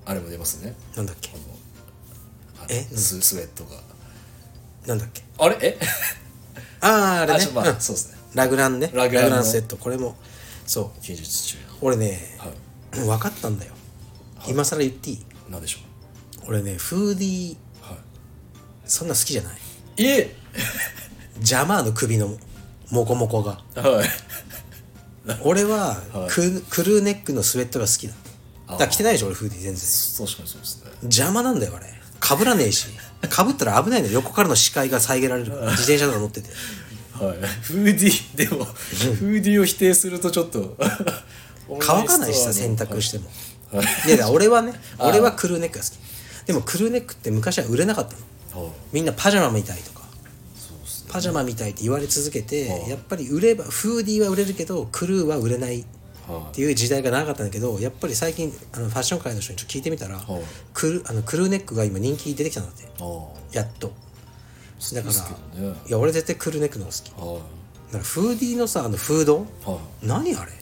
[SPEAKER 2] あれも出ますね
[SPEAKER 1] なんだっけ
[SPEAKER 2] あのあの
[SPEAKER 1] え
[SPEAKER 2] ススウェットが
[SPEAKER 1] なんだっけ
[SPEAKER 2] あれえ
[SPEAKER 1] あああれ
[SPEAKER 2] あ
[SPEAKER 1] ね
[SPEAKER 2] ちょまあ、
[SPEAKER 1] うん
[SPEAKER 2] そうですね
[SPEAKER 1] ラグランね
[SPEAKER 2] ラグランの
[SPEAKER 1] セットこれもそう
[SPEAKER 2] 芸術中に
[SPEAKER 1] 俺ね、
[SPEAKER 2] はい
[SPEAKER 1] (clears throat) 分かったんだよ、今更言っていい
[SPEAKER 2] なんでしょ
[SPEAKER 1] 俺ねフーディー
[SPEAKER 2] うは
[SPEAKER 1] そんな好きじゃない
[SPEAKER 2] いえ
[SPEAKER 1] ジャマーの首のモコモコ
[SPEAKER 2] (laughs)
[SPEAKER 1] が
[SPEAKER 2] はい
[SPEAKER 1] 俺は
[SPEAKER 2] はい
[SPEAKER 1] ク,、クルーネックのスウェットが好きだ
[SPEAKER 2] あー
[SPEAKER 1] だから着てないでしょ俺フーディー全然
[SPEAKER 2] そう確かにそうですね
[SPEAKER 1] 邪魔なんだよあれかぶらねえしかぶったら危ないのよ横からの視界が遮られる
[SPEAKER 2] (laughs)
[SPEAKER 1] から自転車とか乗ってて
[SPEAKER 2] はいフーディ
[SPEAKER 1] (laughs)
[SPEAKER 2] ーでもフーディーを否定すると (laughs) ちょっと
[SPEAKER 1] 乾かないしさ洗濯しても、
[SPEAKER 2] はい
[SPEAKER 1] いやだから俺
[SPEAKER 2] (laughs)
[SPEAKER 1] はね
[SPEAKER 2] ー
[SPEAKER 1] 俺はクルーネックが好きでもクルーネックって昔は売れなかったの
[SPEAKER 2] はい
[SPEAKER 1] みんなパジャマみたいとか
[SPEAKER 2] そうですね
[SPEAKER 1] パジャマみたいって言われ続けて、
[SPEAKER 2] はい
[SPEAKER 1] やっぱり売ればフーディーは売れるけどクルーは売れないっ
[SPEAKER 2] は
[SPEAKER 1] ていう時代が長かったんだけどやっぱり最近あのファッション界の人にちょっと聞いてみたら、
[SPEAKER 2] はい
[SPEAKER 1] クルあのクルーネックが今人気出てきたんだって
[SPEAKER 2] ああ
[SPEAKER 1] やっとだから
[SPEAKER 2] ですけどね
[SPEAKER 1] いや俺絶対クルーネックの方が好きだ
[SPEAKER 2] はい
[SPEAKER 1] からフーディーのさあのフード
[SPEAKER 2] は
[SPEAKER 1] 何あれ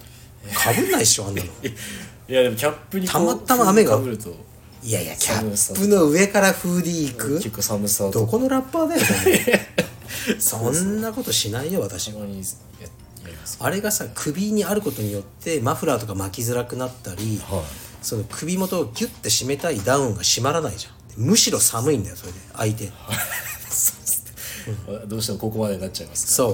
[SPEAKER 1] かぶんないっしょあ
[SPEAKER 2] (laughs)
[SPEAKER 1] んなの
[SPEAKER 2] いいやでもキャップにこう
[SPEAKER 1] たまたま雨が
[SPEAKER 2] 被ると
[SPEAKER 1] いやいやキャップの上からフーディー行
[SPEAKER 2] 結
[SPEAKER 1] く
[SPEAKER 2] 構寒さ
[SPEAKER 1] ど
[SPEAKER 2] と
[SPEAKER 1] このラッパーだよ (laughs) そんなそんなことしないよ私
[SPEAKER 2] 島にややります
[SPEAKER 1] あれがさ首にあることによってマフラーとか巻きづらくなったり、
[SPEAKER 2] はい
[SPEAKER 1] その首元をギュッて締めたいダウンが締まらないじゃんむしろ寒いんだよそれで相手
[SPEAKER 2] どうしてもここまでになっちゃいますから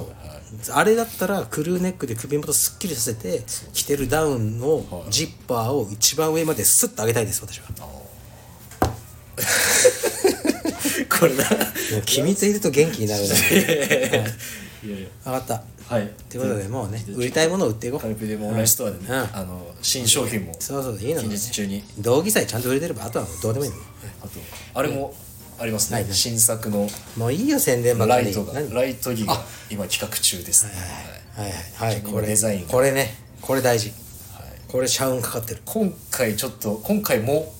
[SPEAKER 1] そう、あれだったらクルーネックで首元すっきりさせて着てるダウンのジッパーを一番上までスッと上げたいです私は (laughs)
[SPEAKER 2] これだ
[SPEAKER 1] もう君 (laughs) といると元気になるな
[SPEAKER 2] いやいや
[SPEAKER 1] 分かった
[SPEAKER 2] はい
[SPEAKER 1] ということでもうね売りたいものを売っていこ
[SPEAKER 2] カ
[SPEAKER 1] う
[SPEAKER 2] ルピデもオンラインストアでね、
[SPEAKER 1] うん
[SPEAKER 2] あの新商品も
[SPEAKER 1] そうそういいの
[SPEAKER 2] 近
[SPEAKER 1] ね
[SPEAKER 2] 日中に
[SPEAKER 1] 道着さえちゃんと売れてればあとはもうどうでもいいの
[SPEAKER 2] あとあれもありますね、新作の
[SPEAKER 1] もういいよ宣伝ばっか
[SPEAKER 2] ラ
[SPEAKER 1] り
[SPEAKER 2] イトが
[SPEAKER 1] 何
[SPEAKER 2] ライトギが今企画中ですね
[SPEAKER 1] はいはいはい
[SPEAKER 2] 今
[SPEAKER 1] これ
[SPEAKER 2] デザインが
[SPEAKER 1] これねこれ大事
[SPEAKER 2] はいはい
[SPEAKER 1] これ社運かかってる
[SPEAKER 2] 今回ちょっと今回も、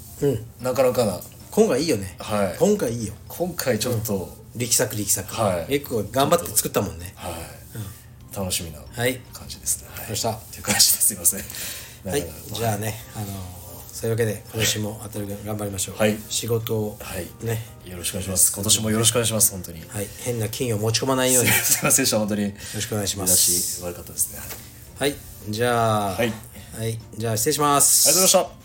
[SPEAKER 2] なかなかな
[SPEAKER 1] 今回いいよね、
[SPEAKER 2] はい
[SPEAKER 1] 今回いいよ
[SPEAKER 2] 今回ちょっと、
[SPEAKER 1] 力作力作
[SPEAKER 2] はい
[SPEAKER 1] 結構頑張って作ったもんね
[SPEAKER 2] はい、楽しみな
[SPEAKER 1] はい
[SPEAKER 2] 感じですね、はい、
[SPEAKER 1] どうした
[SPEAKER 2] っていう感じですいません
[SPEAKER 1] はい
[SPEAKER 2] なんか
[SPEAKER 1] じゃあねあのーそういうわけで今年もあたるくん頑張りましょう、
[SPEAKER 2] はい
[SPEAKER 1] 仕事を
[SPEAKER 2] はい
[SPEAKER 1] ね
[SPEAKER 2] よろしくお願いします今年もよろしくお願いします本当に、
[SPEAKER 1] はい、変な金を持ち込まないようによ
[SPEAKER 2] すいませんでした本当によ
[SPEAKER 1] ろしくお願いしま
[SPEAKER 2] だ
[SPEAKER 1] す
[SPEAKER 2] し悪かったですね
[SPEAKER 1] はいじゃあ
[SPEAKER 2] はい
[SPEAKER 1] はい、じゃあ失礼します
[SPEAKER 2] ありがとうございました